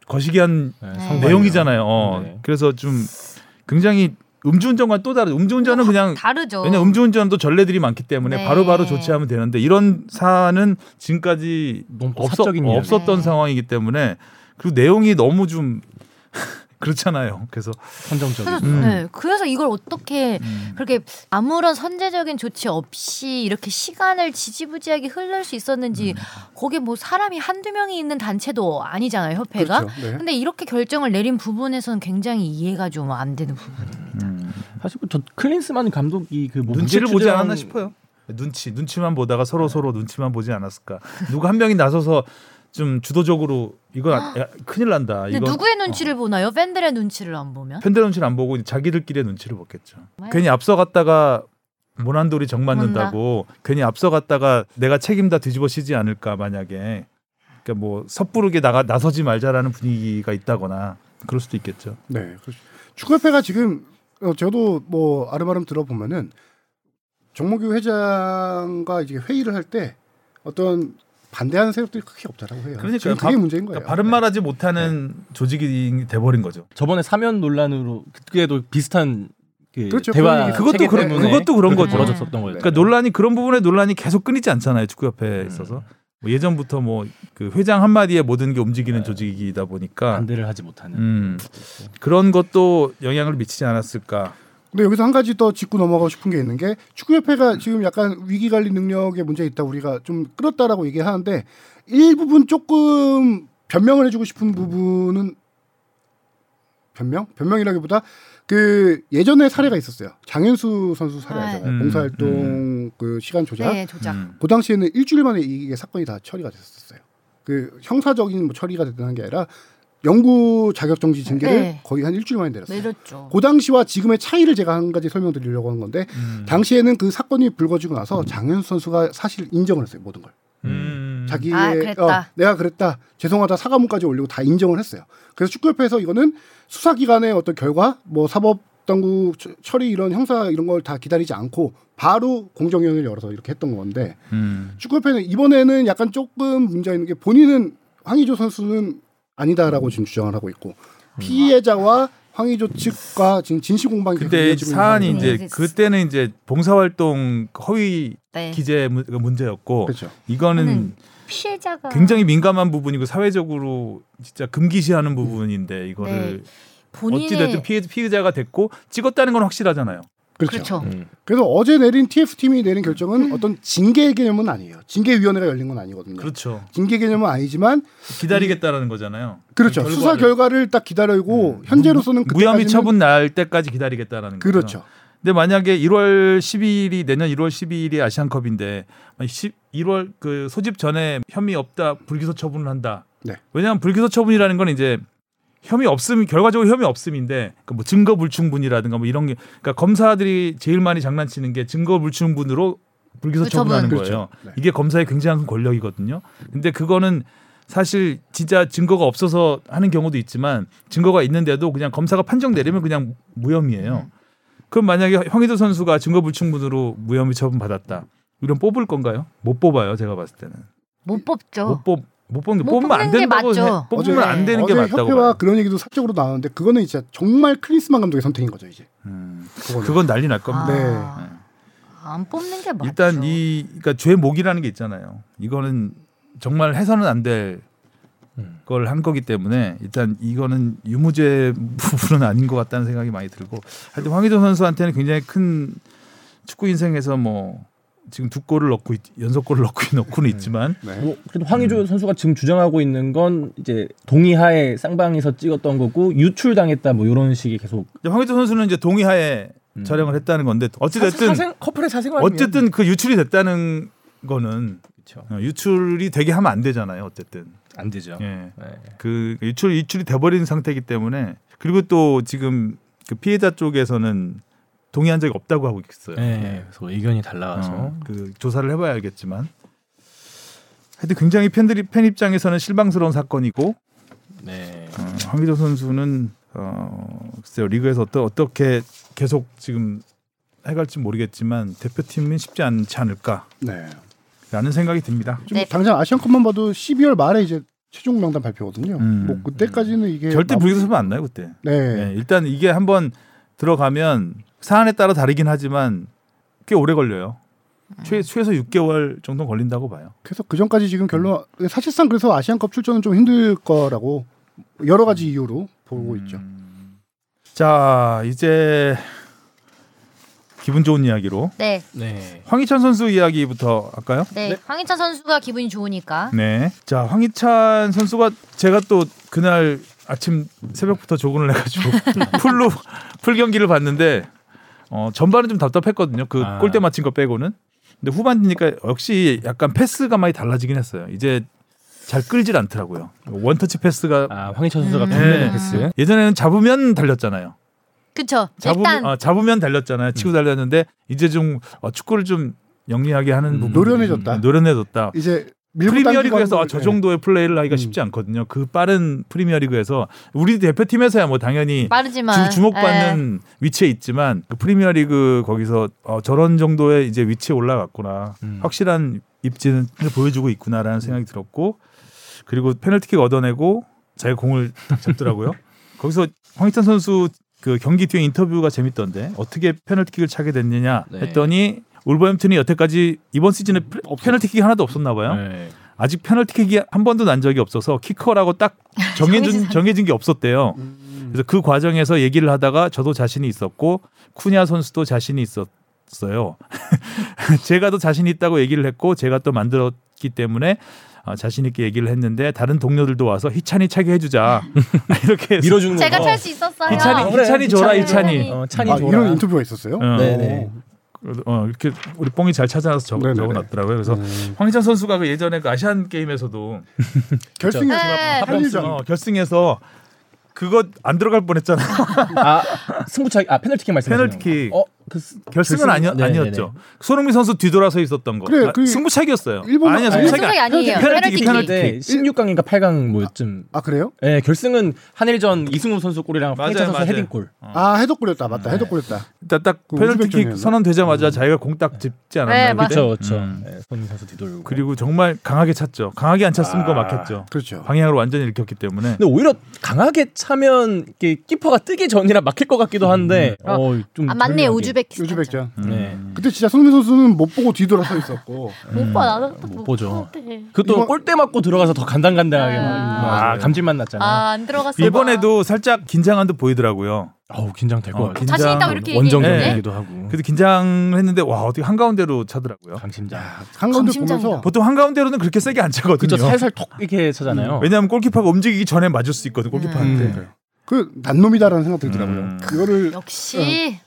S2: 거시기한
S3: 네,
S1: 네.
S3: 성관이나.
S2: 내용이잖아요. 어.
S3: 네.
S2: 그래서 좀 굉장히 음주운전과 또 다른 음주운전은 그냥
S1: 뭐 다르죠.
S2: 왜냐 음주운전도 전례들이 많기 때문에
S1: 어, 네.
S2: 바로바로 조치하면 되는데 이런 사안은 지금까지
S3: 너무
S2: 없어,
S3: 사적인 이야기.
S2: 없었던
S1: 네.
S2: 상황이기 때문에 그리고 내용이 너무 좀 그렇잖아요. 그래서
S3: 선정적인.
S1: 그래서,
S2: 음.
S1: 네, 그래서 이걸 어떻게
S2: 음,
S1: 그렇게 아무런 선제적인 조치 없이 이렇게 시간을 지지부지하게 흘릴 수 있었는지
S2: 음.
S1: 거기 뭐 사람이 한두 명이 있는 단체도 아니잖아요 협회가
S4: 그렇죠.
S2: 예.
S4: 네.
S1: 근데 이렇게 결정을 내린 부분에서는 굉장히 이해가 좀 안 되는 부분
S2: 음.
S3: 사실 뭐 저 클린스만 감독이 그뭐
S2: 눈치를
S3: 문제
S2: 보지
S3: 추정-
S2: 않았나 싶어요. 눈치 눈치만 보다가 서로 서로 눈치만 보지 않았을까. 누구 한 명이 나서서 좀 주도적으로 이건 아- 야, 큰일 난다.
S1: 근데
S2: 이건 어.
S1: 누구의 눈치를 보나요 팬들의 눈치를 안 보면
S2: 팬들 눈치를 안 보고 자기들끼리의 눈치를 보겠죠.
S1: 정말?
S2: 괜히 앞서갔다가 모난돌이 정 맞는다고 괜히 앞서갔다가 내가 책임다 뒤집어지지 않을까 만약에 그러니까 뭐 섣부르게 나가 나서지 말자라는 분위기가 있다거나 그럴 수도 있겠죠.
S4: 네. 그렇죠. 축구협회가 지금 어, 저도 뭐 아름아름 들어보면은 정몽규 회장과 이제 회의를 할 때 어떤 반대하는 세력들이 크게 없다라고 해요.
S2: 그러니까요.
S4: 지금 그게
S2: 바-
S4: 문제인 거예요.
S2: 그러니까 바른 말하지 못하는 조직이 돼버린 거죠.
S3: 저번에 사면 논란으로 그때도 비슷한 그
S4: 그렇죠.
S3: 대화
S4: 그런
S2: 얘기. 그것도 그런- 그것도 그런 거죠.
S3: 벌어졌었던 거예요.
S2: 그러니까 논란이 그런 부분에 논란이 계속 끊이지 않잖아요. 축구협회에 있어서 뭐 예전부터 뭐 그 회장 한 마디에 모든 게 움직이는 조직이다 보니까
S3: 반대를 하지 못하는.
S2: 네. 음, 그런 것도 영향을 미치지 않았을까.
S4: 근데 여기서 한 가지 더 짚고 넘어가고 싶은 게 있는 게
S2: 음.
S4: 축구협회가 지금 약간 위기 관리 능력에 문제 있다 우리가 좀 끌었다라고 얘기하는데 일부분 조금 변명을 해주고 싶은 부분은 변명? 변명이라기보다 그 예전에 사례가 있었어요. 장현수 선수 사례잖아요.
S2: 음,
S4: 봉사활동 그 시간 조작.
S1: 네 조작
S2: 음.
S4: 그 당시에는 일주일 만에 이게 사건이 다 처리가 됐었어요. 그 형사적인 뭐 처리가 됐다는 게 아니라 연구 자격 정지 징계를
S1: 네.
S4: 거의 한 일주일 만에 내렸어요.
S1: 내렸죠
S4: 그 당시와 지금의 차이를 제가 한 가지 설명드리려고 한 건데
S2: 음.
S4: 당시에는 그 사건이 불거지고 나서 장현수 선수가 사실 인정을 했어요 모든 걸
S2: 음.
S4: 자기의 어,
S1: 아, 그랬다.
S4: 내가 그랬다 죄송하다 사과문까지 올리고 다 인정을 했어요 그래서 축구협회에서 이거는 수사기관의 어떤 결과 뭐 사법당국 처- 처리 이런 형사 이런 걸 다 기다리지 않고 바로 공정위원회를 열어서 이렇게 했던 건데
S2: 음.
S4: 축구협회는 이번에는 약간 조금 문제가 있는 게 본인은 황의조 선수는 아니다라고 지금 주장을 하고 있고 피해자와 황의조 측과 지금 진실 공방이 계속
S2: 근데
S4: 이어지고 있는
S2: 사안이
S4: 상황이에요.
S2: 이제 그때는 이제 봉사활동 허위
S1: 네
S2: 기재 문- 문제였고
S4: 그렇죠.
S2: 이거는
S1: 음. 피해자가
S2: 굉장히 민감한 부분이고 사회적으로 진짜 금기시하는 부분인데 이거를
S4: 네.
S2: 어찌 됐든
S1: 본인의
S2: 피해, 피해자가 됐고 찍었다는 건 확실하잖아요.
S4: 그렇죠. 음.
S1: 그렇죠
S3: 음.
S4: 그래서 어제 내린 TF 팀이 내린 결정은 어떤 징계 개념은 아니에요. 징계 위원회가 열린 건 아니거든요.
S2: 그렇죠.
S4: 징계 개념은 아니지만
S2: 기다리겠다라는 거잖아요.
S4: 그렇죠.
S2: 그
S4: 수사 결과를 딱 기다리고 현재로서는
S2: 음. 무혐의
S4: 그때까지는-
S2: 처분 날 때까지 기다리겠다라는 거죠.
S4: 그렇죠.
S2: 근데 만약에 1월 12일이 내년 1월 12일이 아시안컵인데 1월 그 소집 전에 혐의 없다 불기소 처분을 한다.
S4: 네.
S2: 왜냐하면 불기소 처분이라는 건 이제 혐의 없음 결과적으로 혐의 없음인데 그뭐 증거 불충분이라든가 뭐 이런 게 그러니까 검사들이 제일 많이 장난치는 게 증거 불충분으로 불기소
S1: 그 처분.
S2: 처분하는 거예요.
S4: 그렇죠. 네.
S2: 이게 검사의 굉장한 권력이거든요. 근데 그거는 사실 진짜 증거가 없어서 하는 경우도 있지만 증거가 있는데도 그냥 검사가 판정 내리면 그냥
S4: 음.
S2: 무혐의예요. 그럼 만약에 황희도 선수가 증거 불충분으로 무혐의 처분 받았다. 이런 뽑을 건가요? 못 뽑아요, 제가 봤을 때는.
S1: 못 뽑죠
S2: 못 뽑, 못 뽑는 게
S1: 어. 못
S2: 뽑으면 안
S1: 뽑는 게
S2: 된다고
S1: 맞죠.
S2: 해- 뽑으면
S4: 어제-
S2: 안 되는 게
S4: 어제
S2: 맞다고.
S4: 협회와
S2: 봐요.
S4: 그런 얘기도 사적으로 나왔는데 그거는 진짜 정말 클린스만 감독의 선택인 거죠 이제.
S2: 음,
S4: 그거는. 네.
S2: 그건 난리 날 겁니다.
S1: 아, 안 뽑는 게 맞죠
S2: 일단 이 그러니까 죄 목이라는 게 있잖아요. 이거는 정말 해서는 안 될 걸 한
S3: 음.
S2: 거기 때문에 일단 이거는 유무죄 부분은 아닌 것 같다는 생각이 많이 들고 하여튼 황희조 선수한테는 굉장히 큰 축구 인생에서 뭐 지금 두 골을 넣고 있- 연속골을 넣고 넣고는 있지만
S4: 네.
S3: 뭐 그래도 황의조
S2: 음.
S3: 선수가 지금 주장하고 있는 건 이제 동의하에 쌍방에서 찍었던 거고 유출당했다 뭐 이런 식이 계속
S2: 이제 황희조 선수는 이제 동의하에
S4: 음.
S2: 촬영을 했다는 건데 어찌됐든
S1: 아,
S3: 사생, 커플의 사생활
S2: 어쨌든 그 유출이 됐다는 거는
S3: 그렇죠.
S2: 어, 유출이 되게 하면 안 되잖아요. 어쨌든
S3: 안 되죠.
S2: 예.
S3: 네.
S2: 그 유출 유출이 돼버린 상태이기 때문에 그리고 또 지금 그 피해자 쪽에서는 동의한 적이 없다고 하고 있어요.
S3: 네, 그래서 의견이 달라서
S2: 어, 그 조사를 해봐야 알겠지만 하여튼 굉장히 팬들이 팬 입장에서는 실망스러운 사건이고
S3: 네.
S2: 어, 황희조 선수는 어, 글쎄요 리그에서 어떠, 어떻게 계속 지금 해갈지 모르겠지만 대표팀은 쉽지 않지 않을까라는
S4: 네.
S2: 생각이 듭니다.
S4: 지금
S1: 네.
S4: 당장 아시안컵만 봐도 12월 말에 이제 최종 명단 발표거든요.
S2: 음.
S4: 뭐 그때까지는 이게
S2: 절대
S4: 마-
S2: 불기소면 안 나요 그때.
S4: 네.
S2: 예, 일단 이게 한번 들어가면 사안에 따라 다르긴 하지만 꽤 오래 걸려요. 최, 최소 6개월 정도 걸린다고 봐요.
S4: 그래서 그 전까지 지금 결론 사실상 그래서 아시안컵 출전은 좀 힘들 거라고 여러 가지 이유로 보고
S2: 음.
S4: 있죠.
S2: 자 이제 기분 좋은 이야기로
S1: 네,
S3: 네.
S2: 황희찬 선수 이야기부터 할까요?
S1: 네.
S4: 네.
S1: 황희찬 선수가 기분이 좋으니까.
S2: 네. 자 황희찬 선수가 제가 또 그날 아침 새벽부터 조근을 해가지고 풀로 풀 경기를 봤는데 어, 전반은 좀 답답했거든요. 그
S3: 아.
S2: 골대 맞힌 거 빼고는. 근데 후반이니까 역시 약간 패스가 많이 달라지긴 했어요. 이제 잘 끌질 않더라고요. 원터치 패스가
S3: 아 황희찬 선수가
S1: 음.
S3: 네.
S2: 네.
S3: 패스.
S2: 예전에는 잡으면 달렸잖아요.
S1: 그쵸. 일단
S2: 잡으면, 아, 잡으면 달렸잖아요.
S4: 음.
S2: 치고 달렸는데 이제 좀 어, 축구를 좀 영리하게 하는
S3: 음,
S2: 부분
S4: 노련해졌다.
S2: 노련해졌다.
S4: 이제 밀고 당기고
S2: 프리미어리그에서 아,
S4: 하는
S2: 저
S4: 걸-
S2: 정도의 플레이를 하기가
S4: 음.
S2: 쉽지 않거든요. 그 빠른 프리미어리그에서 우리 대표팀에서야 뭐 당연히
S1: 빠르지만
S2: 주, 목받는 위치에 있지만 그 프리미어리그 거기서 어, 저런 정도의 이제 위치에 올라갔구나
S3: 음.
S2: 확실한 입지는 보여주고 있구나라는 생각이 들었고 그리고 페널티킥 얻어내고 자기 공을 딱 잡더라고요. 거기서 황희찬 선수 그 경기 뒤에 인터뷰가 재밌던데 어떻게 페널티킥을 차게 됐느냐
S3: 네.
S2: 했더니 울버햄튼이 여태까지 이번 시즌에 페- 페널티킥이 하나도 없었나 봐요.
S3: 네.
S2: 아직 페널티킥이 한 번도 난 적이 없어서 키커라고 딱 정해진
S1: 정해진
S2: 정해진 게 없었대요.
S4: 음.
S2: 그래서 그 과정에서 얘기를 하다가 저도 자신이 있었고 쿠냐 선수도 자신이 있었어요. 제가 더 자신 있다고 얘기를 했고 제가 또 만들었기 때문에 아, 자신 있게 얘기를 했는데 다른 동료들도 와서 희찬이 차게 해주자 이렇게 해서
S3: 밀어주는
S1: 예. 제가
S3: 거.
S1: 찰 수 있었어요.
S2: 이찬이
S3: 그래.
S2: 이찬이 줘라
S1: 이찬이.
S2: 이찬이
S3: 어, 찬이
S4: 아,
S3: 줘라.
S4: 이런 인터뷰가 있었어요.
S2: 어.
S3: 네네.
S2: 어, 이렇게 우리 뽕이 잘 찾아서 적,
S4: 네네네.
S2: 적어놨더라고요. 그래서 황희찬 선수가 그 예전에 그 아시안 게임에서도
S4: 결승이
S1: 네.
S4: 한일전
S2: 어, 결승에서 그거 안 들어갈 뻔했잖아.
S3: 아 승부차기 아 페널티킥 말씀하시는
S2: 페널티킥.
S3: 거. 어, 그 스-
S2: 결승은
S3: 결승-
S2: 아니,
S3: 네네네.
S2: 아니었죠. 손흥민 선수 뒤돌아서 있었던 거.
S4: 그래,
S2: 아,
S4: 그
S2: 승부차기였어요.
S4: 일본-
S2: 아니야,
S4: 아니,
S2: 승부차기
S1: 승부차기
S2: 아니야.
S1: 아니에요.
S2: 그러니까 페널티킥,
S1: 페널티킥.
S3: 네, 16강인가 8강 뭐쯤.
S4: 아 그래요?
S3: 예, 네, 결승은 한일전 이승우 선수 골이랑
S2: 맞아요,
S3: 황희찬 선수
S2: 맞아요. 어, 네?
S3: 헤딩골.
S4: 아 해독골렸다 맞다 해독골렸다
S2: 일단 딱
S4: 그
S2: 페널티킥
S4: 우즈벡전이었나?
S2: 선언되자마자 자기가 공 딱 짚지
S1: 네,
S2: 않았나요?
S1: 맞아요.
S2: 그때?
S3: 그렇죠, 그렇죠.
S2: 음.
S3: 네, 손흥민 선수 뒤돌고.
S2: 그리고 정말 강하게 찼죠. 강하게 안 찼으면 그거
S3: 아.
S2: 막혔죠.
S4: 그렇죠.
S2: 방향으로 완전히 일으켰기 때문에.
S3: 근데 오히려 강하게 차면 이게 키퍼가 뜨기 전이라 막힐 것 같기도 한데.
S1: 음.
S3: 어, 좀
S1: 아 맞네
S3: 절묘하게.
S1: 우즈베키스탄.
S4: 우즈벡전
S2: 음.
S3: 네.
S4: 그때 진짜 손흥민 선수는 못 보고 뒤돌아서 있었고
S2: 음.
S1: 오빠 나도
S3: 못 보죠.
S1: 못해.
S3: 그것도
S4: 이번-
S3: 골대 맞고 들어가서 더 간당간당하게 막
S1: 아.
S3: 아,
S2: 맞아요.
S3: 감질만 났잖아요.
S1: 아안 들어갔어.
S2: 이번에도 살짝 긴장한 듯 보이더라고요.
S3: 어우 긴장될 것
S2: 어,
S3: 같아.
S2: 긴장.
S1: 자신 있다고 이렇게
S3: 원정
S2: 네.
S1: 얘기했는데.
S3: 경기기도 하고.
S2: 그래도 긴장을 했는데 와 어떻게 한 가운데로 차더라고요.
S3: 감심장.
S4: 한가운데
S1: 감심장이다.
S4: 보면서
S2: 보통 한 가운데로는 그렇게 세게 안 차거든요.
S3: 그죠 음. 살살 톡 이렇게 차잖아요.
S2: 왜냐하면 골키퍼가 움직이기 전에 맞을 수 있거든 골키퍼한테.
S3: 음.
S4: 그 난놈이다라는 생각 들더라고요.
S2: 음.
S4: 이거를
S1: 역시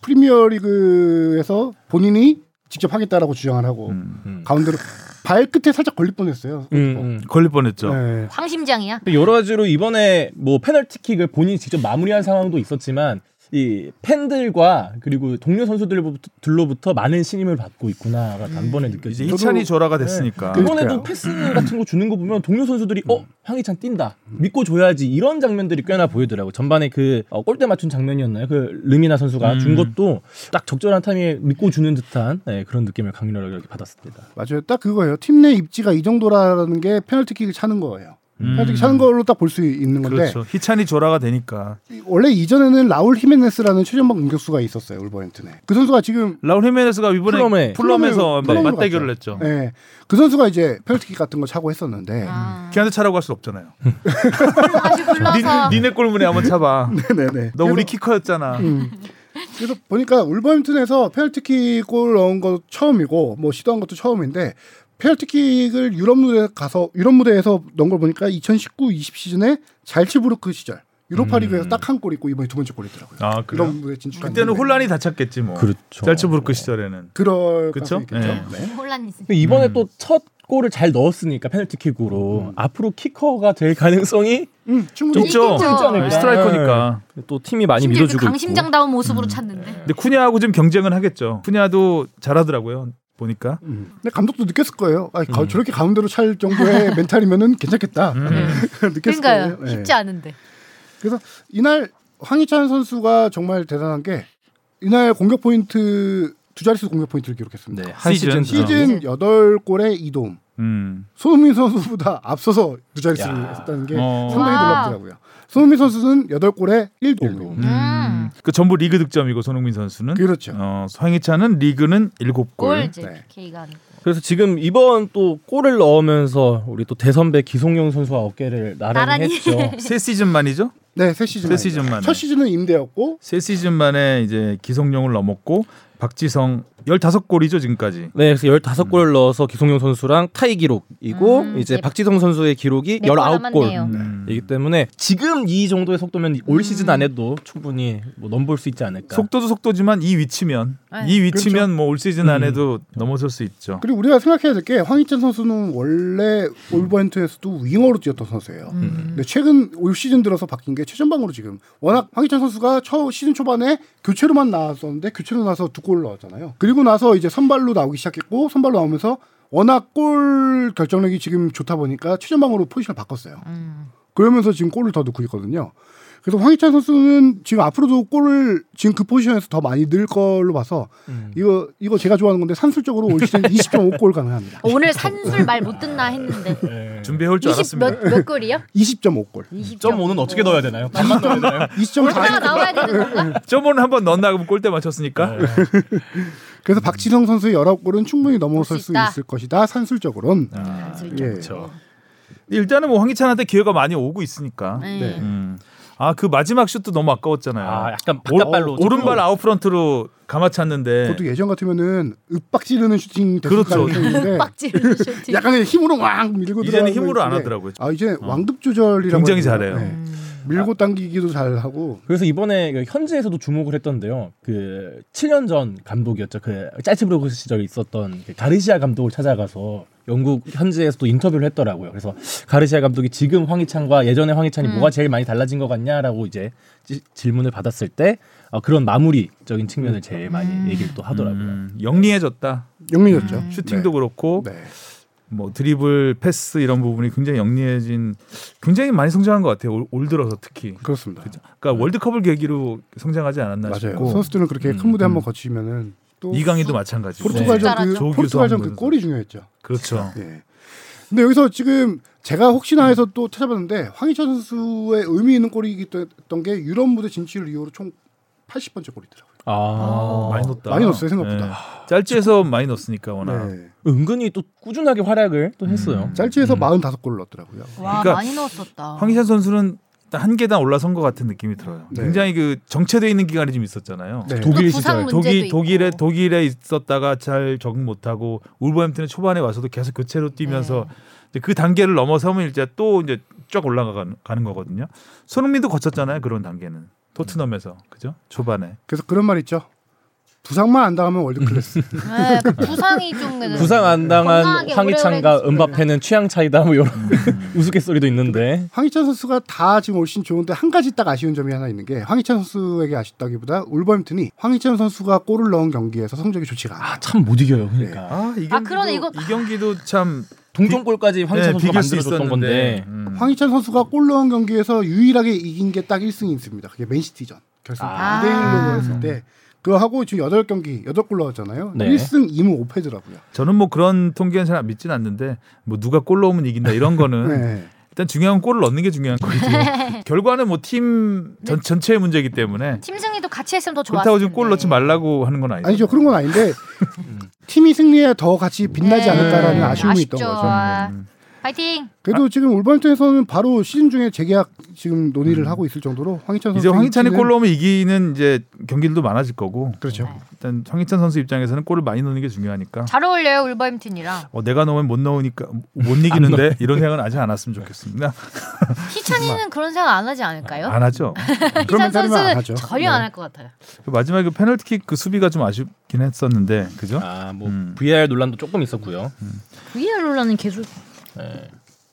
S4: 프리미어리그에서 본인이 직접 하겠다라고 주장을 하고
S2: 음.
S3: 음.
S4: 가운데로 발끝에 살짝 걸릴 뻔했어요.
S3: 음, 음.
S2: 걸릴 뻔했죠.
S4: 네.
S1: 황심장이야.
S3: 근데 여러 가지로 이번에 뭐 페널티킥을 본인이 직접 마무리한 상황도 있었지만 이 팬들과 그리고 동료 선수들로부터 많은 신임을 받고 있구나가
S2: 음,
S3: 단번에
S2: 이제
S3: 느껴지죠.
S2: 이찬이 조라가 됐으니까.
S3: 이번에도 패스 같은 거 주는 거 보면 동료 선수들이 어 황희찬 뛴다 믿고 줘야지 이런 장면들이 꽤나 보이더라고 전반에 그 어, 골대 맞춘 장면이었나요 그 르미나 선수가
S2: 음.
S3: 준 것도 딱 적절한 타이밍에 믿고 주는 듯한 네, 그런 느낌을 강렬하게 받았습니다
S4: 맞아요. 딱 그거예요. 팀 내 입지가 이 정도라는 게 페널티킥을 차는 거예요.
S2: 음.
S4: 페널티킥 차는 걸로 딱 볼 수 있는 건데
S2: 그렇죠. 희찬이 조라가 되니까
S4: 이- 원래 이전에는 라울 히메네스라는 최전방 공격수가 있었어요. 울버햄튼에. 그 선수가 지금
S2: 라울 히메네스가 이번에
S3: 플럼에.
S2: 플럼에서
S4: 플럼으로
S2: 맞- 맞대결을 했죠.
S4: 예. 그 선수가 이제 페널티킥 같은 거 차고 했었는데
S1: 아,
S2: 걔한테 차라고 할 수 없잖아요.
S1: 다시 불러서
S2: 음. 니, 니네 골문에 한번 차봐.
S4: 네네.
S2: 너 우리 키커였잖아.
S4: 그래서 보니까 울버햄튼에서 페널티킥 골 넣은 거 처음이고 뭐 시도한 것도 처음인데 페널티킥을 유럽 무대 가서 유럽 무대에서 넣은 걸 보니까 2019-20 시즌에 잘츠부르크 시절 유로파 리그에서 딱 한 골 있고 이번에 두 번째 골 있더라고요.
S2: 음. 아, 그래요?
S4: 이런 무대 진출.
S2: 그때는 혼란이 다쳤겠지 뭐.
S3: 그렇죠.
S2: 짤츠부르크 시절에는.
S4: 그럴
S2: 그쵸?
S4: 가능성이 있겠죠.
S2: 예.
S4: 네.
S1: 혼란 있으니
S3: 근데 이번에 또 첫 골을 잘 넣었으니까 페널티킥으로 앞으로 키커가 될 가능성이
S4: 음, 충분히
S1: 좀-
S2: 있죠.
S1: 있죠.
S2: 네, 스트라이커니까. 음.
S3: 또 팀이 많이
S1: 심지어 그
S3: 밀어주고 있고.
S1: 강심장다운 모습으로 찾는데
S2: 근데 쿠냐하고 좀 경쟁은 하겠죠. 쿠냐도 잘하더라고요. 보니까.
S4: 음. 근데 감독도 느꼈을 거예요. 아,
S2: 음.
S4: 가- 저렇게 가운데로 찰 정도의 멘탈이면은 괜찮겠다.
S2: 음.
S4: 느꼈을
S1: 그러니까요
S4: 거예요. 예.
S1: 쉽지 않은데
S4: 그래서 이날 황희찬 선수가 정말 대단한 게 이날 공격 포인트 두 자릿수 공격 포인트를 기록했습니다.
S3: 네, 한 시즌,
S2: 시즌.
S4: 시즌 여덟 골에 2도움.
S2: 음.
S4: 손흥민 선수보다 앞서서 두 자릿수를
S3: 야.
S4: 했다는 게
S2: 어.
S4: 상당히
S1: 와.
S4: 놀랍더라고요. 손흥민 선수는 여덟 골에 1도움.
S3: 음.
S1: 음.
S2: 그 전부 리그 득점이고 손흥민 선수는
S4: 그렇죠.
S2: 어, 황희찬은 리그는 7골.
S1: 골지
S4: 네.
S1: K가 아니고
S3: 그래서 지금 이번 또 골을 넣으면서 우리 또 대선배 기송용 선수와 어깨를 나란히,
S1: 나란히.
S3: 했죠. 네,
S2: 세 시즌 만이죠?
S4: 네, 세 시즌.
S2: 세 시즌 만에.
S4: 첫 시즌은 임대였고
S2: 세 시즌 만에 이제 기성용을 넘었고 박지성 15골이죠, 지금까지.
S3: 네, 그래서 15골을 넣어서 기송용 선수랑 타이 기록이고
S1: 음,
S3: 이제
S1: 네.
S3: 박지성 선수의 기록이
S1: 네골 남았네요. 음.
S3: 19골.
S2: 음.
S3: 이기 때문에 지금 이 정도의 속도면 올 시즌 안 해도 충분히 뭐 넘볼 수 있지 않을까.
S2: 속도도 속도지만 이 위치면
S1: 네.
S2: 이 위치면
S3: 그렇죠.
S2: 뭐 올
S3: 음.
S2: 시즌 안에도 넘어설 수 있죠.
S4: 그리고 우리가 생각해야 될 게 황희찬 선수는 원래 올버햄튼에서도 윙어로 뛰었던 선수예요. 근데 최근 올 시즌 들어서 바뀐 게 최전방으로 지금 워낙 황희찬 선수가 처 시즌 초반에 교체로만 나왔었는데 교체로 나서 두 골 넣었잖아요. 그리고 나서 이제 선발로 나오기 시작했고 선발로 나오면서 워낙 골 결정력이 지금 좋다 보니까 최전방으로 포지션을 바꿨어요.
S1: 음.
S4: 그러면서 지금 골을 더 넣고 있거든요. 그래서 황희찬 선수는 지금 앞으로도 골을 지금 그 포지션에서 더 많이 늘 걸로 봐서
S2: 음.
S4: 이거 이거 제가 좋아하는 건데 산술적으로 올 시즌 20.5골 가능합니다.
S1: 오늘 산술 말 못 듣나 했는데
S3: 네.
S2: 준비해올 줄
S1: 20
S2: 알았습니다.
S1: 몇 몇 골이요?
S4: 20.5골.
S1: 20 네.
S3: 넣어야 되나요? 반만 넣어야 되나요?
S1: 아,
S4: 20.4.
S1: 얼마나 나와야 되는 건가?
S2: 저번에 한번 넣었나 그럼 골대 맞췄으니까.
S3: 네.
S4: 그래서 박지성 선수의 19골은 충분히
S1: 음,
S4: 넘어설
S1: 볼수
S4: 수
S1: 있다.
S4: 있을 것이다. 산술적으로는.
S2: 아,
S1: 산술
S4: 예.
S1: 좀.
S2: 일단은 뭐 황희찬한테 기회가 많이 오고 있으니까.
S1: 네.
S2: 음. 아 그 마지막 슛도 너무 아까웠잖아요.
S3: 아, 약간
S2: 오,
S3: 바깥발로
S2: 른발 아웃프런트로 감아찼는데
S4: 그것도 예전 같으면은 윽박 지르는 슈팅 됐을
S2: 그렇죠.
S4: 가능성이 있는데
S1: 빡지 슈팅.
S4: 약간 그냥 힘으로 왕 밀고
S2: 이제는
S4: 들어가는
S2: 힘으로 안
S4: 거였는데
S2: 하더라고요. 어.
S4: 아 이제 왕급 조절이라고
S2: 굉장히
S4: 해야 되나?
S2: 잘해요. 아.
S4: 네.
S1: 음.
S4: 밀고 당기기도 잘하고
S3: 그래서 이번에 그 현지에서도 주목을 했던데요. 그 7년 전 감독이었죠. 그 짤츠브르크 시절에 있었던 그 가르시아 감독을 찾아가서 영국 현지에서도 인터뷰를 했더라고요. 그래서 가르시아 감독이 지금 황희찬과 예전에 황희찬이
S1: 음.
S3: 뭐가 제일 많이 달라진 것 같냐라고 이제 지- 질문을 받았을 때 어, 그런 마무리적인
S1: 음.
S3: 측면을 제일 많이 얘기를 또 하더라고요.
S2: 음, 영리해졌다.
S4: 영리했죠.
S2: 음.
S1: 네.
S2: 슈팅도 그렇고
S4: 네. 네.
S2: 뭐 드리블, 패스 이런 부분이 굉장히 영리해진 굉장히 많이 성장한 것 같아요. 올, 올 들어서 특히.
S4: 그렇습니다.
S2: 그러니까 월드컵을 계기로 성장하지 않았나
S4: 맞아요.
S2: 싶고
S4: 선수들은 그렇게 큰 무대 한번 거치면은 또
S2: 음, 이강인도 마찬가지고.
S1: 네.
S4: 포르투갈전
S1: 잘하죠.
S4: 그
S2: 조규성
S4: 포르투갈전 그
S2: 선수.
S4: 골이 중요했죠.
S2: 그렇죠.
S4: 예. 근데 여기서 지금 제가 혹시나 해서 또 찾아봤는데 황희찬 선수의 의미 있는 골이기 했던 게 유럽 무대 진출 이후로 총 80번째 골이더라고요.
S3: 아,
S2: 많이 넣었다.
S4: 많이 넣었어요, 생각보다.
S2: 네. 짤지에서 많이 넣었으니까 워낙. 음.
S4: 네.
S3: 은근히 또 꾸준하게 활약을 또 했어요. 음.
S4: 짤지에서 45골을 넣었더라고요.
S1: 와
S2: 그러니까
S1: 많이 넣었었다.
S2: 황희찬 선수는 일단 한 계단 올라선 것 같은 느낌이 들어요.
S4: 네.
S2: 굉장히 그 정체돼 있는 기간이 좀 있었잖아요.
S4: 네.
S1: 또
S3: 독일
S1: 그 부상
S3: 시절.
S1: 문제도
S2: 독일
S1: 있고.
S2: 독일에 독일에 있었다가 잘 적응 못하고 울버햄튼에 초반에 와서도 계속 교체로 뛰면서
S1: 네.
S2: 이제 그 단계를 넘어서면 이제 또 이제 쫙 올라가는 가는 거거든요. 손흥민도 거쳤잖아요 그런 단계는 토트넘에서 그죠 초반에
S4: 그래서 그런 말 있죠. 부상만 안 당하면 월드
S2: 음.
S4: 클래스.
S1: 네, 그 부상이 좀
S3: 부상
S4: 아-
S3: 안 당한
S1: 건강하게
S3: 황희찬과
S1: 오래오래
S3: 은바페는 취향 차이다 뭐 이런 우스갯소리도 있는데
S4: 황희찬 선수가 다 지금 올신 좋은데 한 가지 딱 아쉬운 점이 하나 있는 게 황희찬 선수에게 아쉽다기보다 울버햄튼이 황희찬 선수가 골을 넣은 경기에서 성적이 좋지가 않아요.
S3: 아 참 못 이겨요 그러니까
S2: 아이
S1: 아, 그러네, 이거-
S2: 이 경기도 참
S3: 동점골까지 황희찬
S2: 예,
S3: 선수가
S2: 비길 수
S3: 만들어줬던
S2: 있었던 건데
S3: 건데
S2: 음.
S4: 황희찬 선수가 골 넣은 경기에서 유일하게 이긴 게 딱 1승이 있습니다. 그게 맨시티전 결승
S3: 아.
S4: 2대 1로 했을 때 그거 하고 지금 8경기 8골 넣었잖아요.
S3: 네.
S4: 1승 2무 5패더라고요.
S2: 저는 뭐 그런 통계는 잘 안 믿진 않는데 뭐 누가 골 넣으면 이긴다 이런 거는
S4: 네.
S2: 일단 중요한 건 골을 넣는 게 중요한 거이고 결과는 뭐 팀 전체의 문제이기 때문에
S1: 팀승리도 같이 했으면 더 좋았을 텐데.
S2: 그렇다고 지금 골
S1: 예.
S2: 넣지 말라고 하는 건 아니죠.
S4: 아니죠. 그런 건
S2: 음.
S4: 아닌데 팀이 승리에 더 같이 빛나지 않을까라는
S1: 네,
S4: 아쉬움이
S1: 아쉽죠.
S4: 있던 거죠. 음.
S1: 아, 파이팅.
S4: 그래도 지금 울버햄튼에서는 바로 시즌 중에 재계약 지금 논의를 하고 있을 정도로 황희찬
S2: 음.
S4: 선수
S2: 이제 황희찬이 골 넣으면 이기는 이제 경기들도 많아질 거고
S4: 그렇죠.
S2: 일단 황희찬 선수 입장에서는 골을 많이 넣는 게 중요하니까
S1: 잘 어울려요 울버햄튼이랑.
S2: 어, 내가 넣으면 못 넣으니까 못 이기는데 이런 생각은 아직 안 왔으면 좋겠습니다.
S1: 희찬이는 그런 생각 안 하지 않을까요?
S2: 안 하죠.
S1: 희찬
S4: 아, 그런 멘탈이면 안
S1: 선수는
S4: 하죠.
S1: 전혀
S4: 네.
S1: 안 할 것 같아요.
S2: 그 마지막에 그 페널티킥 그 수비가 좀 아쉽긴 했었는데 그죠?
S3: 아뭐
S2: 음.
S3: VR 논란도 조금 있었고요.
S1: VR 롤러는 계속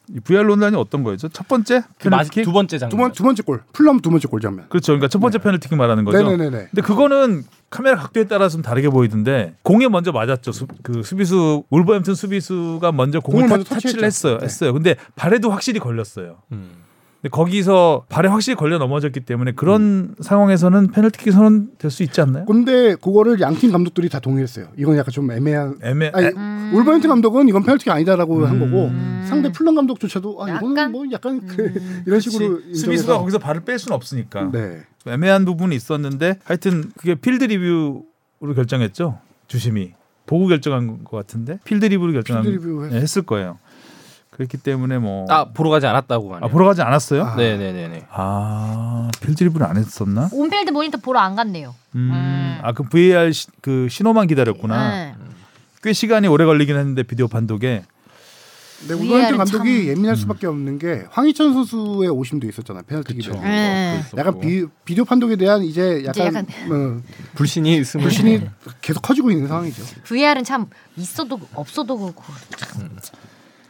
S2: 이 VR 논란이 어떤 거였죠? 첫 번째
S3: 그 마지
S2: 페널티킥
S3: 두 번째 장면.
S4: 두, 번, 두 번째 골 플럼 두 번째 골 장면
S2: 그렇죠. 그러니까 첫 번째 페널티킥 말하는 거죠.
S4: 네네네네
S2: 근데 그거는 카메라 각도에 따라 좀 다르게 보이던데 공에 먼저 맞았죠. 수, 그 수비수 울버햄튼 수비수가 먼저 공을
S4: 공을
S2: 타,
S4: 먼저
S2: 터치를
S4: 터치했죠.
S2: 했어요.
S4: 네.
S2: 했어요. 근데 발에도 확실히 걸렸어요.
S3: 음.
S2: 근데 거기서 발에 확실히 걸려 넘어졌기 때문에
S4: 음.
S2: 그런 상황에서는 페널티킥 선언될 수 있지 않나요?
S4: 근데 그거를 양팀 감독들이 다 동의했어요 이건 약간 좀 애매한
S2: 애매
S4: 아니,
S2: 에-
S4: 울버햄튼 감독은 이건 페널티가 아니다라고 한 거고
S1: 음.
S4: 상대 플럼 감독조차도 아 이거는
S1: 약간?
S4: 뭐 약간
S1: 음.
S4: 그, 이런 식으로
S2: 그치. 수비수가
S4: 인정해서
S2: 거기서 그러니까. 발을 뺄 수는 없으니까
S4: 네
S2: 좀 애매한 부분이 있었는데 하여튼 그게 필드 리뷰로 결정했죠 주심이 보고 결정한 것 같은데 필드 리뷰로 결정한
S4: 필드 리뷰 했-
S2: 네, 했을 거예요. 그렇기 때문에 뭐
S3: 아 보러 가지 않았다고
S2: 아,
S3: 하네요.
S2: 보러 가지 않았어요?
S4: 아.
S3: 네네네네.
S2: 아 필드립을 안 했었나?
S1: 온필드 모니터 보러 안 갔네요.
S2: 음,
S1: 음.
S2: 아그 VAR 시- 그 신호만 기다렸구나.
S1: 네.
S2: 꽤 시간이 오래 걸리긴 했는데 비디오 판독에
S4: 근데
S1: VAR
S4: 울버햄튼 감독이
S1: 참-
S2: 음.
S4: 예민할 수밖에 없는 게 황희찬 선수의 오심도 있었잖아요 페널티킥
S3: 그렇죠.
S4: 에
S1: 네.
S4: 약간 비, 디오 판독에 대한 이제 약간,
S1: 약간-
S2: 음.
S4: 어,
S3: 불신이 있음을-
S4: 불신이 계속 커지고 있는 상황이죠.
S2: 음.
S1: VR은 참 있어도 없어도 그렇고 참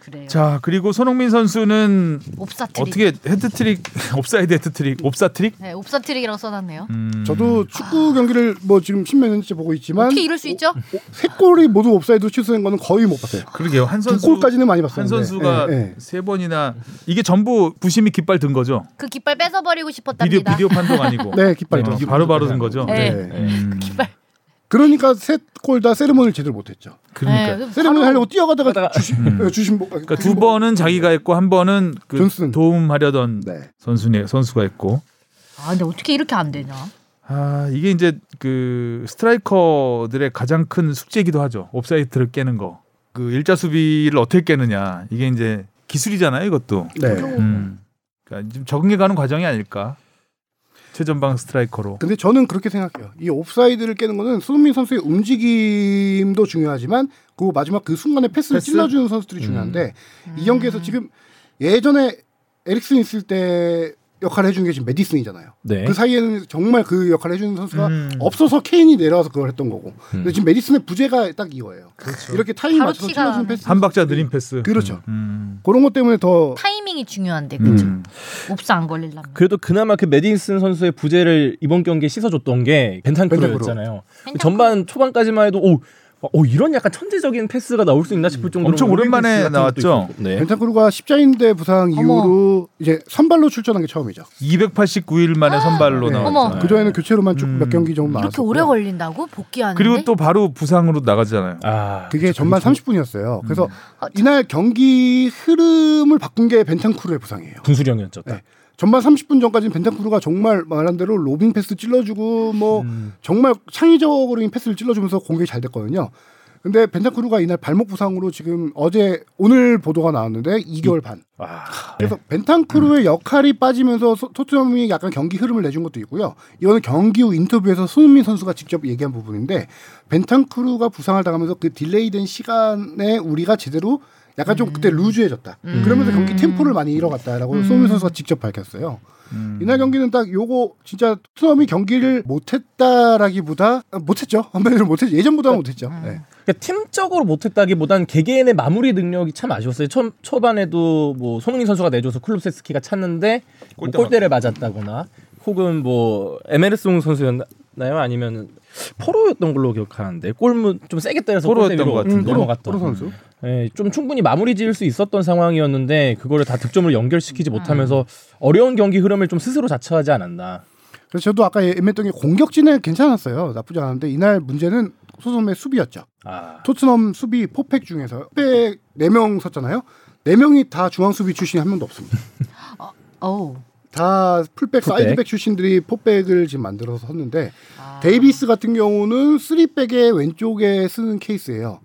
S1: 그래요.
S2: 자 그리고 손흥민 선수는
S1: 옵사트릭.
S2: 어떻게 헤드트릭 옵사이드 헤드트릭 옵사트릭?
S1: 네, 옵사트릭이라고 써놨네요.
S2: 음,
S4: 저도 축구 경기를 뭐 지금 십몇 년째 보고
S1: 아.
S4: 있지만
S2: 음.
S1: 어떻게 이럴 수 있죠?
S4: 오- 세 골이 모두 옵사이드 취소된 거는 거의 못 봤어요.
S2: 그러게요 한
S4: 두
S2: 선수
S4: 골까지는 많이 봤어요.
S2: 한 선수가
S4: 예, 예.
S2: 세 번이나 이게 전부 부심이 깃발 든 거죠?
S1: 그 깃발 뺏어버리고
S2: 비디오
S1: 싶었답니다.
S2: 비디오 판독 아니고
S4: 네, 깃발이
S2: 어,
S4: 든
S2: 바로 바로 든 거죠?
S1: 네.
S2: 음,
S4: 그러니까 세 골 다 세리머니를 제대로 못했죠.
S2: 그러니까
S1: 네,
S4: 세리머니
S1: 바로-
S4: 하려고 뛰어가다가
S3: 하다가-
S4: 주심 예, 주심 보-
S2: 그러니까 두 번은 자기가 했고 한 번은 그
S4: 존슨.
S2: 도움하려던
S4: 네.
S2: 선수네 선수가 했고
S1: 아 근데 어떻게 이렇게 안 되냐?
S2: 아 이게 이제 그 스트라이커들의 가장 큰 숙제이기도 하죠 옵사이트를 깨는 거 그 일자 수비를 어떻게 깨느냐 이게 이제 기술이잖아요 이것도
S4: 네.
S2: 음 그러니까 지금 적응해가는 과정이 아닐까 최전방 스트라이커로
S4: 근데 저는 그렇게 생각해요. 이 옵사이드를 깨는 거는 손흥민 선수의 움직임도 중요하지만 그 마지막 그 순간에 패스를
S2: 패스? 음.
S4: 찔러주는 선수들이 중요한데 이 경기에서 지금 예전에 에릭슨 있을 때 역할을 해주는 게 지금 메디슨이잖아요.
S3: 네.
S4: 그 사이에는 정말 그 역할을 해주는 선수가
S2: 음.
S4: 없어서 케인이 내려와서 그걸 했던 거고. 근데
S3: 음.
S4: 지금 메디슨의 부재가 딱 이거예요. 이렇게 타이밍
S1: 바로
S4: 맞춰서
S1: 티가
S4: 찔러주는
S1: 나네.
S4: 패스.
S2: 그렇죠. 한 박자 느린 패스
S4: 그렇죠.
S2: 음.
S4: 그런 것 때문에 더
S1: 타이밍이 중요한데
S2: 음.
S1: 그죠? 옵사 안 걸리려면.
S3: 그래도 그나마 그 메디슨 선수의 부재를 이번 경기에 씻어줬던 게 벤탄크로였잖아요.
S1: 벤탄크루.
S3: 전반 초반까지만 해도 오, 오 이런 약간 천재적인 패스가 나올 수 있나 싶을 정도로 뭐
S2: 엄청 오랜만에
S3: 같은 것도
S2: 나왔죠?
S3: 있었고. 네.
S4: 벤탄크루가 십자인대 부상
S1: 어머.
S4: 이후로 이제 선발로 출전한 게 처음이죠.
S2: 289일 만에 선발로
S4: 네.
S1: 어머.
S2: 나왔죠
S4: 그 전에는 교체로만 쭉 몇
S2: 음.
S4: 경기 정도
S1: 이렇게
S4: 나왔고.
S1: 오래 걸린다고 복귀하는데?
S2: 그리고 또 바로 부상으로 나가잖아요
S3: 아
S4: 그게 전반 30분이었어요. 그래서
S1: 아,
S4: 이날 경기 흐름을 바꾼 게 벤탄크루의 부상이에요.
S3: 분수령이었죠.
S4: 네. 전반 30분 전까지는 벤탄크루가 정말 말한 대로 로빙 패스 찔러주고 뭐 정말 창의적으로 패스를 찔러주면서 공격이 잘 됐거든요. 근데 벤탄크루가 이날 발목 부상으로 지금 어제 오늘 보도가 나왔는데 2개월 반.
S3: 아.
S4: 그래서 벤탄크루의 역할이 빠지면서 소- 토트넘이 약간 경기 흐름을 내준 것도 있고요. 이거는 경기 후 인터뷰에서 손흥민 선수가 직접 얘기한 부분인데 벤탄크루가 부상을 당하면서 그 딜레이된 시간에 우리가 제대로 약간 좀 그때 루즈해졌다. 그러면서 경기 템포를 많이 잃어갔다라고 손흥민 선수가 직접 밝혔어요. 이날 경기는 딱 요거 진짜 토트넘이 경기를 못했다라기보다 아, 못했죠. 한마디로 못했 예전보다 못했죠. 네.
S3: 그러니까 팀적으로 못했다기보단 개개인의 마무리 능력이 참 아쉬웠어요. 초, 초반에도 뭐 손흥민 선수가 내줘서 클롭세스키가 찼는데 뭐
S2: 골대
S3: 골대를 맞았다거나 혹은 뭐 에메르송 선수였나요? 아니면 포로였던 걸로 기억하는데 골문 좀 세게 때려서 골대
S2: 포로였던
S3: 위로
S2: 것 같은데.
S3: 넘어갔던
S4: 프로 선수.
S3: 예, 좀 충분히 마무리 지을 수 있었던 상황이었는데 그거를 다 득점으로 연결시키지 못하면서 어려운 경기 흐름을 좀 스스로 자처하지 않았나.
S4: 그래서 저도 아까 애매했던 게 공격진은 괜찮았어요. 나쁘지 않았는데 이날 문제는 소선의 수비였죠.
S3: 아,
S4: 토트넘 수비 포백 중에서 포백 4명 섰잖아요. 4명이 다 중앙 수비 출신이 한 명도 없습니다.
S1: 어우.
S4: 다
S3: 풀백.
S4: 풀백, 사이드백 출신들이 포백을 지금 만들어서 섰는데
S1: 아.
S4: 데이비스 같은 경우는 쓰리백의 왼쪽에 쓰는 케이스예요.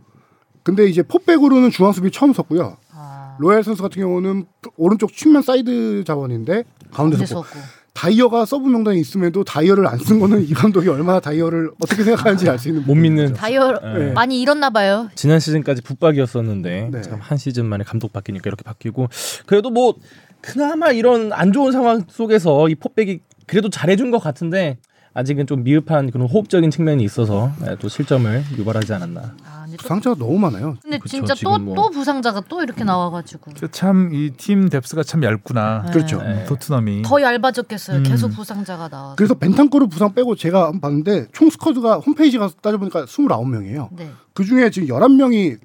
S4: 근데 이제 포백으로는 중앙 수비 처음 섰고요.
S1: 아.
S4: 로얄 선수 같은 경우는 오른쪽 측면 사이드 자원인데 가운데서
S2: 뭐
S1: 그래서 없고.
S4: 다이어가 서브 명단에 있음에도 다이어를 안 쓴 거는 이 감독이 얼마나 다이어를 어떻게 생각하는지 알 수 있는 뭐
S3: 못 믿는
S1: 다이어
S3: 네.
S1: 많이 잃었나 봐요.
S3: 지난 시즌까지 붙박이었었는데
S4: 네.
S3: 참 한 시즌 만에 감독 바뀌니까 이렇게 바뀌고 그래도 뭐 그나마 이런 안 좋은 상황 속에서 이 포백이 그래도 잘해준 것 같은데 아직은 좀 미흡한 그런 호흡적인 측면이 있어서 네, 또 실점을 유발하지 않았나.
S1: 아, 근데, 또-
S4: 부상자가 너무 많아요.
S1: 근데
S3: 그쵸,
S1: 진짜 또 또
S3: 지금 뭐-
S1: 부상자가 또 이렇게 나와가지고
S2: 음. 참이 팀 뎁스가 참 얇구나.
S4: 그렇죠.
S3: 네.
S2: 토트넘이
S1: 더 얇아졌겠어요.
S2: 음.
S1: 계속 부상자가 나와.
S4: 그래서 벤탄코르 부상 빼고 제가 한번 봤는데 총 스쿼드가 홈페이지 가서 따져보니까 29명이에요.
S1: 네.
S4: 그 중에 지금 11명이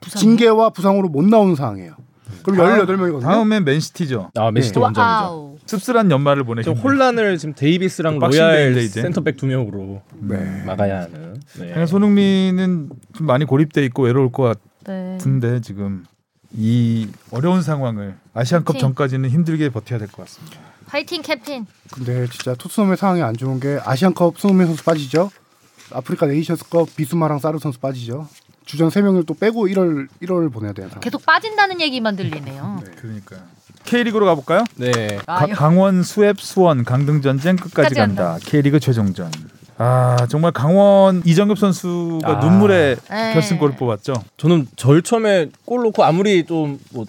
S1: 부상.
S4: 징계와 부상으로 못 나온 상황이에요. 그럼
S2: 다음-
S4: 18명이거든요.
S2: 다음엔 맨시티죠.
S3: 아 메시도
S4: 네.
S3: 원정이죠.
S1: 와우.
S2: 씁쓸한 연말을 보내고
S3: 좀 혼란을 지금 데이비스랑
S2: 그 박싱데이인데
S3: 로얄
S2: 이제.
S3: 센터백 두 명으로
S4: 네.
S3: 막아야 하는. 네.
S2: 그냥 예. 손흥민은 좀 많이 고립돼 있고 외로울 것
S1: 네.
S2: 같은데 지금 이 어려운 상황을 아시안컵
S1: 그치.
S2: 전까지는 힘들게 버텨야 될 것 같습니다.
S1: 파이팅 캡틴.
S4: 근데 진짜 토트넘의 상황이 안 좋은 게 아시안컵 손흥민 선수 빠지죠. 아프리카 네이션스컵 비수마랑 사르 선수 빠지죠. 주전 3명을 또 빼고 1월 1월을 보내야 되는 상황.
S1: 계속 빠진다는 얘기만 들리네요.
S2: 그러니까 K리그로 가볼까요?
S3: 네.
S1: 아,
S2: 가- 강원, 수앱, 수원, 강등 전쟁 끝까지
S1: 끝까지
S2: 간다.
S1: 간다.
S2: K리그 최종전. 아 정말 강원 이정엽 선수가
S3: 아.
S2: 눈물의
S1: 네.
S2: 결승골을 뽑았죠.
S3: 저는 절 처음에 골 넣고 아무리 좀뭐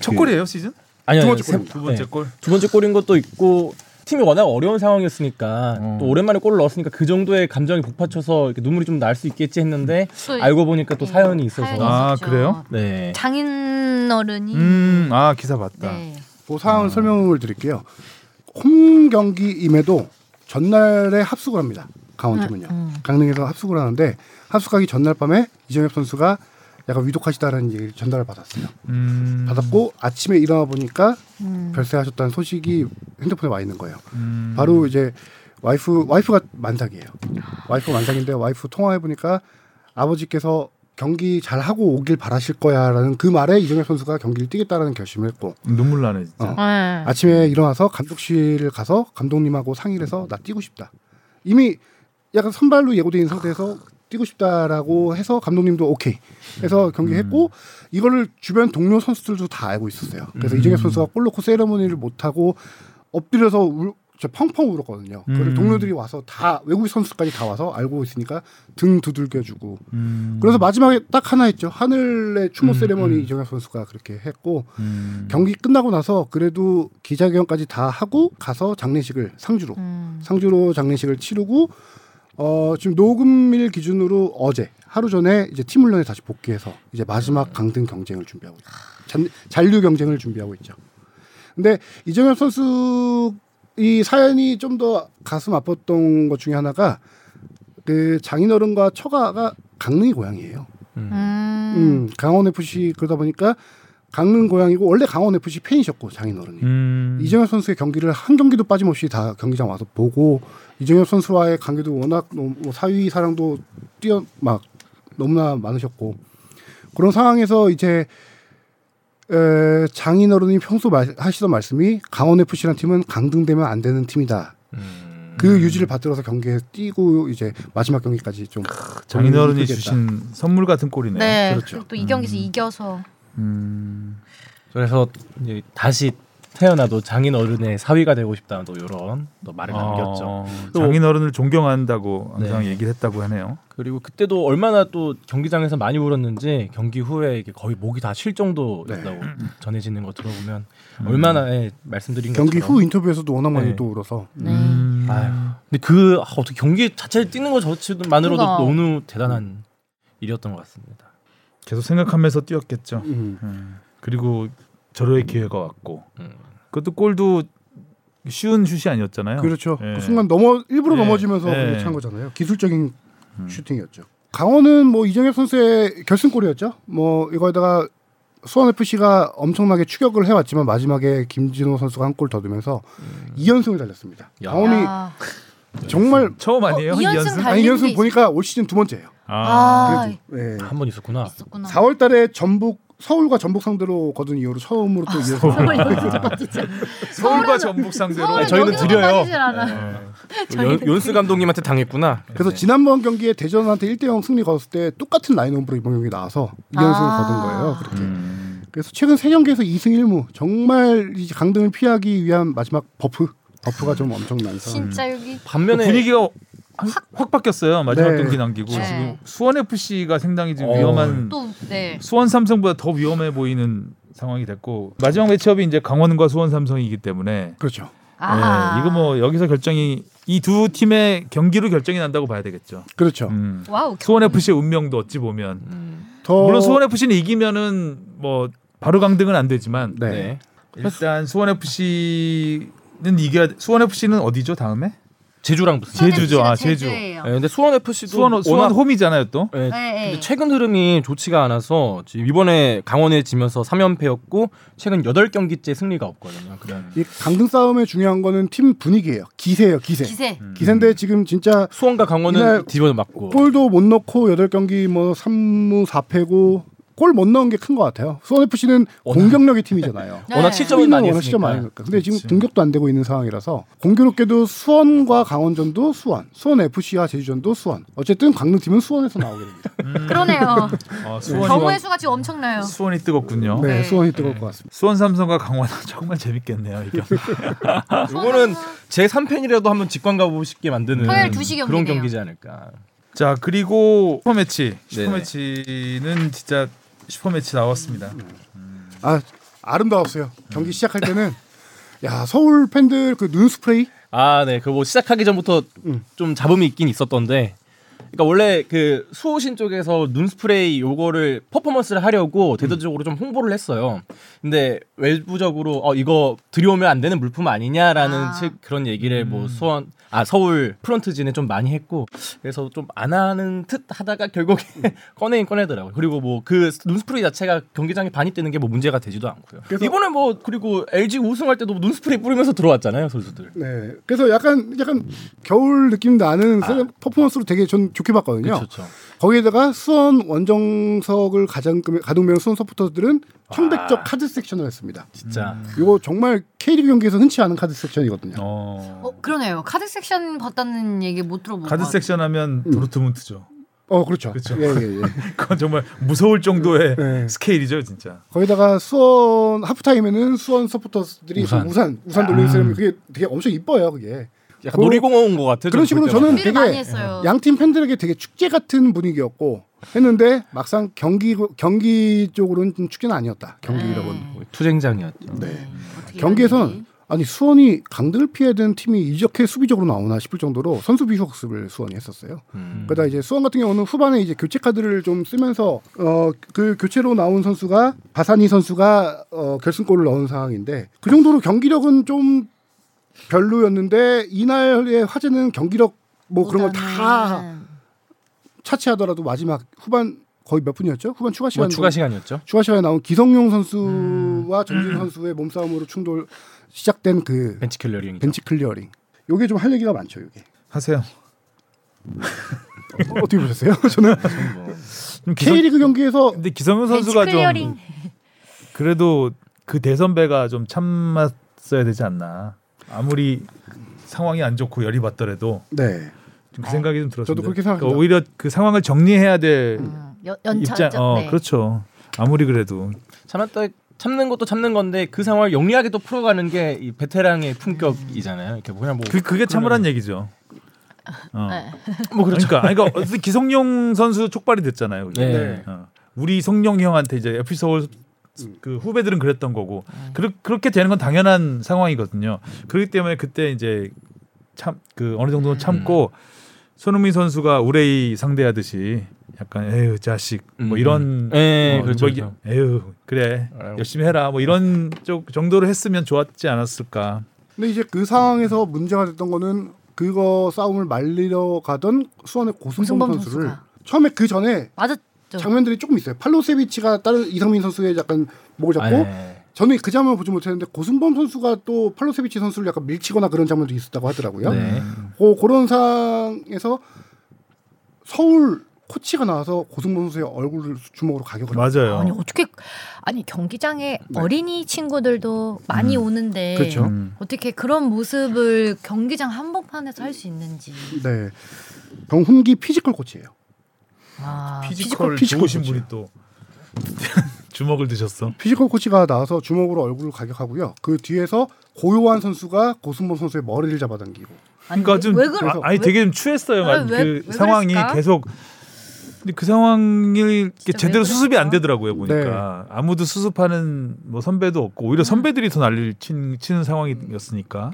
S2: 첫 골이에요 시즌?
S3: 아니
S2: 두
S3: 아니
S2: 번째
S3: 세-
S2: 골. 두 번째
S3: 네.
S2: 골.
S3: 두 번째 골인 것도 있고 팀이 워낙 어려운 상황이었으니까
S2: 음.
S3: 또 오랜만에 골을 넣었으니까 그 정도의 감정이 북받쳐서 이렇게 눈물이 좀 날 수 있겠지 했는데
S1: 또
S3: 알고 보니까 또 사연이 있어서
S1: 네. 사연이
S2: 아,
S1: 있었죠.
S2: 그래요?
S3: 네.
S1: 장인어른이
S2: 음, 아 기사 봤다.
S1: 네.
S4: 그 상황을 설명을 드릴게요. 홈 경기임에도 전날에 합숙을 합니다. 강원팀은요.
S1: 음, 음.
S4: 강릉에서 합숙을 하는데 합숙하기 전날 밤에 이정엽 선수가 약간 위독하시다라는 얘기를 전달을 받았어요.
S2: 음,
S4: 받았고 아침에 일어나 보니까
S1: 음.
S4: 별세하셨다는 소식이 핸드폰에 와 있는 거예요.
S2: 음,
S4: 바로 이제 와이프 와이프가 만삭이에요. 와이프 만삭인데 와이프 통화해 보니까 아버지께서 경기 잘 하고 오길 바라실 거야라는 그 말에 이정엽 선수가 경기를 뛰겠다라는 결심을 했고
S2: 눈물 나네 진짜.
S4: 어.
S1: 네.
S4: 아침에 일어나서 감독실을 가서 감독님하고 상의를 해서 나 뛰고 싶다. 이미 약간 선발로 예고돼 있는 상태에서 뛰고 싶다라고 해서 감독님도 오케이 해서
S2: 음.
S4: 경기했고 이거를 주변 동료 선수들도 다 알고 있었어요.
S2: 음.
S4: 그래서 이정엽 선수가 골 넣고 세레모니를 못하고 엎드려서 울, 저 펑펑 울었거든요.
S2: 음.
S4: 그걸 동료들이 와서 다 외국 선수까지 다 와서 알고 있으니까 등 두들겨주고
S2: 음,
S4: 그래서 마지막에 딱 하나 했죠. 하늘의 추모
S2: 음,
S4: 세레머니
S2: 음.
S4: 이정엽 선수가 그렇게 했고
S2: 음,
S4: 경기 끝나고 나서 그래도 기자회견까지 다 하고 가서 장례식을 상주로
S1: 음.
S4: 상주로 장례식을 치르고 어 지금 녹음일 기준으로 어제 하루 전에 이제 팀 훈련에 다시 복귀해서 이제 마지막 강등 경쟁을 준비하고 있죠. 잔, 잔류 경쟁을 준비하고 있죠. 근데 이정현 선수 이 사연이 좀 더 가슴 아팠던 것 중에 하나가 그 장인어른과 처가가 강릉이 고향이에요.
S1: 음.
S4: 음, 강원 FC 그러다 보니까 강릉 고향이고 원래 강원 FC 팬이셨고 장인어른이
S2: 음,
S4: 이정엽 선수의 경기를 한 경기도 빠짐없이 다 경기장 와서 보고 이정엽 선수와의 관계도 워낙 너무 뭐 사위 사랑도 뛰어 막 너무나 많으셨고 그런 상황에서 이제 에, 장인어른이 평소 말- 하시던 말씀이 강원 FC라는 팀은 강등되면 안 되는 팀이다. 그 유지를 받들어서 경기에 뛰고 이제 마지막 경기까지 좀
S3: 음,
S2: 장인어른이
S4: 힘들겠다.
S2: 주신 선물 같은 골이네요.
S1: 네.
S4: 그렇죠.
S1: 그리고 또 이 경기에서 이겨서
S2: 음,
S3: 그래서 이제 다시 태어나도 장인 어른의 사위가 되고 싶다는 또 이런 또 말을 아, 남겼죠.
S2: 어,
S3: 또-
S2: 장인어른을 존경한다고 항상
S3: 네.
S2: 얘기를 했다고 하네요.
S3: 그리고 그때도 얼마나 또 경기장에서 많이 울었는지 경기 후에 이게 거의 목이 다 쉴 정도였다고 전해지는 거 들어보면 얼마나 예, 말씀드린
S4: 경기
S3: 것처럼.
S4: 후 인터뷰에서도 워낙 많이
S3: 네.
S4: 또 울어서
S1: 네.
S2: 음,
S3: 아유, 근데 그 아, 어떻게 경기 자체를 뛰는 것 자체만으로도
S1: 그러니까.
S3: 너무 대단한 일이었던 것 같습니다.
S2: 계속 생각하면서 뛰었겠죠.
S4: 음.
S2: 음, 그리고 절호의 기회가 왔고
S3: 음.
S2: 그것도 골도 쉬운 슛이 아니었잖아요.
S4: 그렇죠.
S2: 예.
S4: 그 순간 넘어 일부러
S2: 예.
S4: 넘어지면서
S2: 예.
S4: 그냥 찬 거잖아요. 기술적인 슈팅이었죠. 강원은 뭐 이정엽 선수의 결승골이었죠. 뭐 이거에다가 수원 FC가 엄청나게 추격을 해왔지만 마지막에 김진호 선수가 한 골 더 넣으면서 2연승을 달렸습니다.
S3: 야.
S4: 강원이
S1: 야.
S4: 정말
S2: 처음 아니에요?
S1: 어, 이 연승
S2: 연승?
S1: 다-
S4: 아니
S1: 달리는 게
S4: 연승
S1: 있-
S4: 보니까 올 시즌 두 번째예요.
S2: 아,
S1: 아,
S4: 예.
S3: 한 번 있었구나.
S1: 있었구나.
S4: 4월달에 전북 서울과 전북 상대로 거둔 이후로 처음으로 또 이어서
S1: 아, 서울 연습 빠지지 않아.
S2: 서울과 전북 상대로 아,
S4: 아,
S1: 서울은
S3: 저희는
S1: 여기서도
S3: 드려요.
S1: 빠지질 않아.
S3: 연, 수 감독님한테 당했구나.
S2: 네.
S4: 그래서 지난번 경기에 대전한테 1대0 승리 거뒀을 때 똑같은 라인업으로 이번 경기 나와서 2연승을
S1: 아.
S2: 음.
S3: 음.
S4: 거둔 거예요. 그렇게. 그래서 최근 세 경기에서 2승 1무 정말 이 강등을 피하기 위한 마지막 버프 버프가 좀 엄청나서
S1: 진짜 여기
S3: 반면에
S2: 분위기가 확, 확 바뀌었어요. 마지막
S4: 네.
S2: 경기 남기고
S1: 네.
S2: 지금 수원 FC가 상당히 지금
S3: 어.
S2: 위험한
S1: 또네
S2: 수원 삼성보다 더 위험해 보이는 상황이 됐고 마지막 매치업이 이제 강원과 수원 삼성이기 때문에
S4: 그렇죠.
S1: 아
S2: 예, 이거 뭐 여기서 결정이 이 두 팀의 경기로 결정이 난다고 봐야 되겠죠.
S4: 그렇죠.
S2: 음.
S1: 와우
S2: 수원 FC의 운명도 어찌 보면
S1: 음.
S4: 더
S2: 물론 수원 FC는 이기면은 뭐 바로 강등은 안 되지만
S4: 네.
S3: 네.
S2: 일단 수원 FC는 이겨야 돼. 수원 FC는 어디죠 다음에?
S3: 제주랑 붙습니다.
S2: 제주. 제주죠. 아, 제주.
S3: 예, 근데 수원 FC도
S2: 수원 수원 홈이잖아요 또.
S1: 네,
S3: 예, 근데 최근 흐름이 좋지가 않아서 지금 이번에 강원에 지면서 3연패였고 최근 8경기째 승리가 없거든요. 그다음
S4: 이 강등 싸움의 중요한 거는 팀 분위기예요. 기세예요, 기세.
S1: 기세
S2: 음.
S4: 인데 지금 진짜
S3: 수원과 강원은
S4: 이날
S3: 뒤집어 맞고
S4: 골도 못 넣고 여덟 경기 뭐 3무 4패고 골 못 넣은 게 큰 것 같아요. 수원 FC는 공격력의 팀이잖아요.
S1: 네.
S3: 워낙 실점을
S4: 수비는
S3: 많이
S4: 워낙 시점
S3: 했으니까.
S4: 많으니까. 근데 지금
S2: 그치.
S4: 공격도 안 되고 있는 상황이라서 공교롭게도 수원과 강원전도 수원, 수원 FC와 제주전도 수원. 어쨌든 강릉팀은 수원에서 나오게 됩니다.
S1: 그러네요
S2: 어,
S1: 경우의
S2: 수원이
S1: 수가 지금 엄청나요
S2: 수원이
S3: 어?
S2: 뜨겁군요.
S4: 네,
S1: 네.
S4: 수원이 뜨거울 것 같습니다.
S2: 수원 삼성과 강원 정말 재밌겠네요. 이게
S3: 이거는 제 3팬이라도 한번 직관 가보고 싶게 만드는
S1: 토요일 2시
S3: 그런
S1: 경기네요.
S3: 경기지 않을까.
S2: 자 그리고 슈퍼매치
S3: 네네.
S2: 슈퍼매치는 진짜 슈퍼매치 나왔습니다.
S4: 아 아름다웠어요. 경기 시작할 때는 야 서울 팬들 그 눈 스프레이
S3: 아, 네. 그뭐 시작하기 전부터
S4: 음.
S3: 좀 잡음이 있긴 있었던데. 그러니까 원래 그 수호신 쪽에서 눈 스프레이 요거를 퍼포먼스를 하려고 대대적으로 좀 홍보를 했어요. 근데 외부적으로 어 이거 들여오면 안 되는 물품 아니냐라는
S1: 아.
S3: 측 그런 얘기를 뭐 수원 아 서울 프런트진에 좀 많이 했고 그래서 좀 안 하는 듯 하다가 결국에 꺼내긴 꺼내더라고요. 그리고 뭐 그 눈 스프레이 자체가 경기장에 반입되는 게 뭐 문제가 되지도 않고요. 이번에 뭐 그리고 LG 우승할 때도 눈 스프레이 뿌리면서 들어왔잖아요, 선수들.
S4: 네. 그래서 약간 약간 겨울 느낌 나는 세- 퍼포먼스로 되게 전 좋게 봤거든요.
S3: 아. 그렇죠.
S4: 거기에다가 수원 원정석을 가장 가동면 수원 서포터들은
S3: 아.
S4: 청백적 카드 섹션을 했습니다.
S3: 진짜.
S4: 이거 정말 K리그 경기에서 흔치 않은 카드 섹션이거든요.
S2: 어,
S1: 어 그러네요 카드 섹션 봤다는 얘기 못 들어본
S2: 카드
S1: 것 같아요.
S2: 섹션
S4: 음.
S2: 하면 도르트문트죠.
S4: 어 그렇죠.
S2: 그쵸.
S4: 예, 예, 예.
S2: 그건 정말 무서울 정도의
S4: 네.
S2: 스케일이죠 진짜.
S4: 거기다가 수원 하프타임에는 수원 서포터들이
S3: 우산. 아.
S4: 우산 우산, 돌리는 세레모니 그게 되게 엄청 이뻐요 그게.
S3: 약간 놀이공원 온 것 같아.
S4: 그런
S3: 좀
S4: 식으로
S3: 볼 때마다.
S4: 저는
S1: 준비를 많이
S4: 되게
S1: 했어요.
S4: 양 팀 팬들에게 되게 축제 같은 분위기였고 했는데 막상 경기 경기 쪽으로는 좀 축제는 아니었다. 경기
S1: 네.
S2: 음.
S4: 이라고는.
S3: 투쟁장이었죠.
S4: 네.
S1: 어떻게
S4: 경기에서는
S1: 이러니?
S4: 아니 수원이 강등을 피해야 되는 팀이 이렇게 수비적으로 나오나 싶을 정도로 선수 비교 학습을 수원이 했었어요.
S3: 음.
S4: 그러다 이제 수원 같은 경우는 후반에 이제 교체 카드를 좀 쓰면서 어 그 교체로 나온 선수가 바사니 선수가 어 결승골을 넣은 상황인데 그 정도로 경기력은 좀 별로였는데 이날의 화제는 경기력 뭐 그런 걸 다
S1: 보다는
S4: 차치하더라도 마지막 후반 거의 몇 분이었죠? 후반 추가
S3: 뭐
S4: 시간
S3: 추가 시간이었죠.
S4: 추가 시간에 나온 기성용 선수와 전진 선수의 몸싸움으로 충돌 시작된 그
S3: 벤치 킬러링.
S4: 벤치 클리어링. 요게 좀 할 얘기가 많죠, 요게.
S2: 하세요.
S4: 어, 어떻게 보셨어요? 저는
S2: 좀 기성-
S4: K리그 경기에서
S2: 근데 기성윤 선수가
S1: 벤치
S2: 좀
S1: 클리어링.
S2: 그래도 그 대선배가 좀 참았어야 되지 않나. 아무리 상황이 안 좋고 열이 받더라도
S4: 네.
S2: 좀 그 생각이 좀 들었어요.
S4: 저도 그렇게 생각합니다.
S2: 오히려 그 상황을 정리해야 될
S1: 음, 연- 연차
S2: 입장. 어
S1: 네.
S2: 그렇죠. 아무리 그래도
S3: 참았다 참는 것도 참는 건데 그 상황을 영리하게 또 풀어가는 게 이 베테랑의 품격이잖아요. 이렇게 그냥 뭐,
S2: 그 그게 참으란 얘기죠. 어.
S1: 네.
S3: 뭐 그렇죠.
S2: 그러니까 아니, 그러니까 어쨌든 기성용 선수 촉발이 됐잖아요. 그게.
S3: 네.
S2: 어. 우리 성룡 형한테 이제 FC 서울 그 후배들은 그랬던 거고
S1: 음.
S2: 그렇게 되는 건 당연한 상황이거든요. 그렇기 때문에 그때 이제 참 그 어느
S1: 음.
S2: 정도 참고 손흥민 선수가 우레이 상대하듯이 약간 에휴 자식 뭐
S3: 음.
S2: 이런
S3: 예,
S2: 뭐
S3: 그렇죠,
S2: 이게-
S3: 그렇죠.
S2: 에휴 그래
S3: 아유.
S2: 열심히 해라 뭐 이런 쪽 정도로 했으면 좋았지 않았을까.
S4: 근데 이제 그 상황에서 문제가 됐던 거는 그거 싸움을 말리러 가던 수원의 고승범
S1: 고승범
S4: 선수를
S1: 선수가.
S4: 처음에 그 전에
S1: 맞았죠.
S4: 장면들이 조금 있어요. 팔로세비치가 다른 이성민 선수의 약간 목을
S3: 아,
S4: 잡고
S3: 네.
S4: 저는 그 장면을 보지 못했는데 고승범 선수가 또 팔로세비치 선수를 약간 밀치거나 그런 장면도 있었다고 하더라고요.
S3: 네.
S2: 음.
S4: 고 그런 상에서 서울 코치가 나와서 고승범 선수의 얼굴을 주먹으로 가격을
S2: 맞아요.
S1: 아니 어떻게 아니 경기장에
S2: 네.
S1: 어린이 친구들도 많이 오는데
S4: 그렇죠.
S2: 음.
S1: 어떻게 그런 모습을 경기장 한복판에서 할 수 있는지
S4: 네. 병훈기 피지컬 코치예요.
S1: 아,
S2: 피지컬
S4: 피지컬
S2: 좋으신
S4: 좋죠.
S2: 분이 또 주먹을 드셨어.
S4: 피지컬 코치가 나와서 주먹으로 얼굴을 가격하고요. 그 뒤에서 고요한 선수가 고승범 선수의 머리를 잡아당기고
S2: 그러니까 좀
S1: 왜 그러-
S2: 아, 아니
S1: 왜-
S2: 되게 좀 취했어요.
S1: 아,
S2: 막
S1: 왜- 왜
S2: 그 상황이
S1: 그랬을까?
S2: 계속 근데 그 상황이 이렇게
S1: 왜
S2: 제대로 수습이 안
S1: 그랬을까?
S2: 되더라고요 보니까
S4: 네.
S2: 아무도 수습하는 뭐 선배도 없고
S1: 음.
S2: 오히려 선배들이 더 난리를 친, 치는 상황이었으니까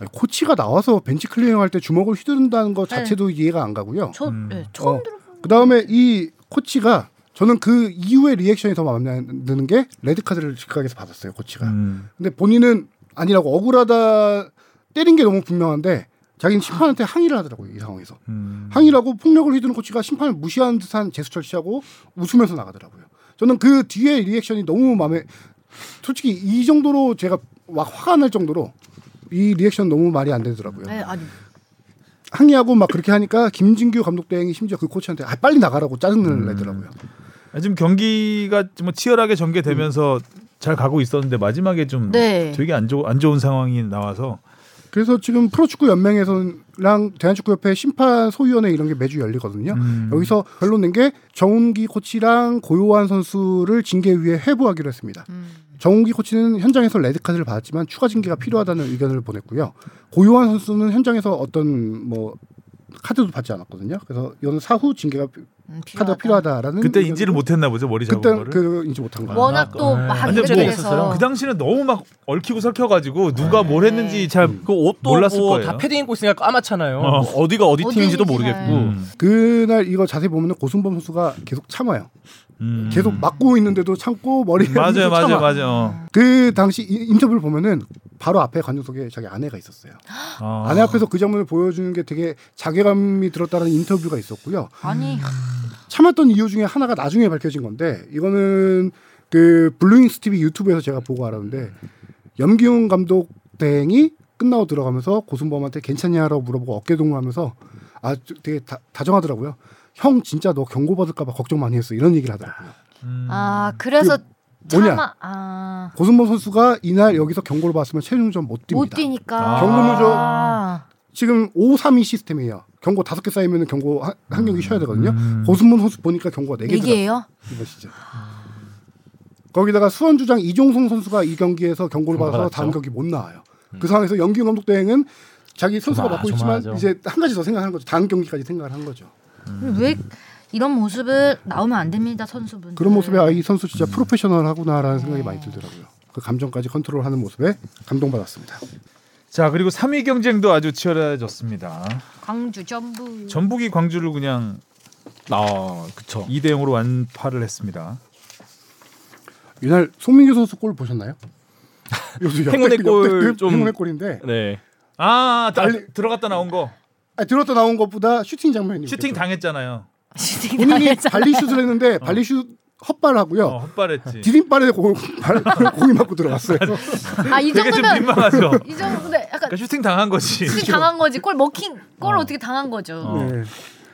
S4: 아니, 코치가 나와서 벤치 클리닝 할 때 주먹을 휘두른다는 것
S1: 네.
S4: 자체도 이해가 안 가고요.
S1: 저
S2: 음.
S1: 예, 처음
S4: 어.
S1: 들어본
S4: 그 다음에 이 코치가 저는 그 이후의 리액션이 더 마음에 안 드는 게 레드 카드를 즉각에서 받았어요 코치가.
S2: 음.
S4: 근데 본인은 아니라고 억울하다 때린 게 너무 분명한데 자기는 심판한테 항의를 하더라고요 이 상황에서
S2: 음.
S4: 항의라고 폭력을 휘두른 코치가 심판을 무시하는 듯한 제스처를 취하고 웃으면서 나가더라고요. 저는 그 뒤에 리액션이 너무 마음에 솔직히 이 정도로 제가 막 화가 날 정도로 이 리액션 너무 말이 안 되더라고요.
S1: 예, 아니
S4: 항의하고 막 그렇게 하니까 김진규 감독 대행이 심지어 그 코치한테 아 빨리 나가라고 짜증을 내더라고요.
S2: 아, 지금 경기가 뭐 치열하게 전개되면서 잘 가고 있었는데 마지막에 좀
S1: 네.
S2: 되게 안, 좋, 안 좋은 상황이 나와서
S4: 그래서 지금 프로축구 연맹에서랑 대한축구협회 심판 소위원회 이런 게 매주 열리거든요.
S2: 음.
S4: 여기서 결론 낸 게 정운기 코치랑 고요한 선수를 징계 위에 회부하기로 했습니다.
S1: 음.
S4: 정운기 코치는 현장에서 레드카드를 받았지만 추가 징계가 필요하다는 의견을 보냈고요. 고요한 선수는 현장에서 어떤 뭐 카드도 받지 않았거든요. 그래서 이거는 사후 징계가 피-
S1: 음,
S4: 카드가 필요하다라는
S2: 그때
S4: 의견도-
S2: 인지를 못했나 보죠 머리 잡은
S4: 그때
S2: 거를.
S4: 그 인지 못한 거예요.
S1: 워낙 또
S3: 네.
S1: 막
S2: 완전
S1: 이렇게
S3: 재밌었어요.
S1: 해서
S2: 아, 그 당시는 너무 막 얽히고 설켜가지고 누가 뭘 했는지 잘
S3: 그 옷도
S2: 네. 음. 몰랐을
S3: 뭐
S2: 거예요.
S3: 다 패딩 입고 있으니까 까맣잖아요.
S2: 어.
S3: 뭐 어디가 어디
S1: 어디
S3: 팀인지도
S1: 팀인지
S3: 모르겠고.
S2: 음.
S4: 그날 이거 자세히 보면은 고순범 선수가 계속 참아요.
S2: 음.
S4: 계속 막고 있는데도 참고 머리
S2: 맞아요, 맞아요, 맞아요.
S4: 그 당시 이- 인터뷰를 보면은 바로 앞에 관중석에 자기 아내가 있었어요.
S2: 어.
S4: 아내 앞에서 그 장면을 보여주는 게 되게 자괴감이 들었다는 인터뷰가 있었고요.
S1: 아니
S4: 참았던 이유 중에 하나가 나중에 밝혀진 건데 이거는 그 블루잉스 TV 유튜브에서 제가 보고 알았는데 염기훈 감독 대행이 끝나고 들어가면서 고순범한테 괜찮냐라고 물어보고 어깨 동무하면서 아 저- 되게 다, 다정하더라고요. 형 진짜 너 경고 받을까봐 걱정 많이 했어 이런 얘기를 하더라고요.
S2: 음.
S1: 아 그래서
S4: 그 뭐냐?
S1: 차마 아,
S4: 고순범 선수가 이날 여기서 경고를 받았으면 최종전 못 뜁니다.
S1: 못 뛰니까
S2: 아.
S4: 경고무조.
S1: 아.
S4: 지금 532 시스템이에요. 경고 다섯 개 쌓이면 경고 한, 한 경기 쉬어야 되거든요.
S2: 음.
S4: 고승문 선수 보니까 경고가 네개 들어.
S1: 이게요?
S4: 이거 진짜. 거기다가 수원 주장 이종성 선수가 이 경기에서 경고를
S3: 경고
S4: 받아서
S3: 받았죠. 음.
S4: 다음 경기 못 나와요. 그 상황에서 연기훈 감독 대행은 자기 선수가
S3: 조마-
S4: 맡고 있지만
S3: 조마하죠.
S4: 이제 한 가지 더 생각하는 거죠. 다음 경기까지 생각을 한 거죠.
S2: 음.
S1: 왜 이런 모습을 나오면 안 됩니다 선수분.
S4: 그런 모습에 아, 이 선수
S3: 음.
S4: 진짜 프로페셔널하구나라는 생각이 많이 들더라고요. 그 감정까지 컨트롤하는 모습에 감동받았습니다.
S2: 자 그리고 3위 경쟁도 아주 치열해졌습니다.
S1: 광주 전부.
S2: 전북이 광주를 그냥
S3: 아, 그쵸.
S2: 2대 0으로 완파를 했습니다.
S4: 이날 송민규 선수 골 보셨나요? 요새 역대-
S3: 행운의 골
S4: 역대급
S3: 좀-
S4: 행운의 골인데
S3: 네.
S2: 아 다-
S4: 빨리-
S2: 들어갔다 나온 거
S4: 아, 들었다 나온 것보다 슈팅 장면이
S2: 슈팅
S4: 웃겼죠.
S2: 당했잖아요.
S4: 본인이 발리슛을 했는데
S3: 어.
S4: 발리슛 헛발하고요.
S2: 어, 헛발했지.
S4: 디딤발에 공, 발, 공이 맞고 들어갔어요.
S1: 아이
S2: 되게 좀
S1: 정도면
S2: 민망하죠.
S1: 이 정도 약간
S2: 그러니까 슈팅 당한 거지.
S1: 슈팅 당한 거지. 골 먹힌 골 어떻게 당한 거죠.
S2: 어.
S4: 네.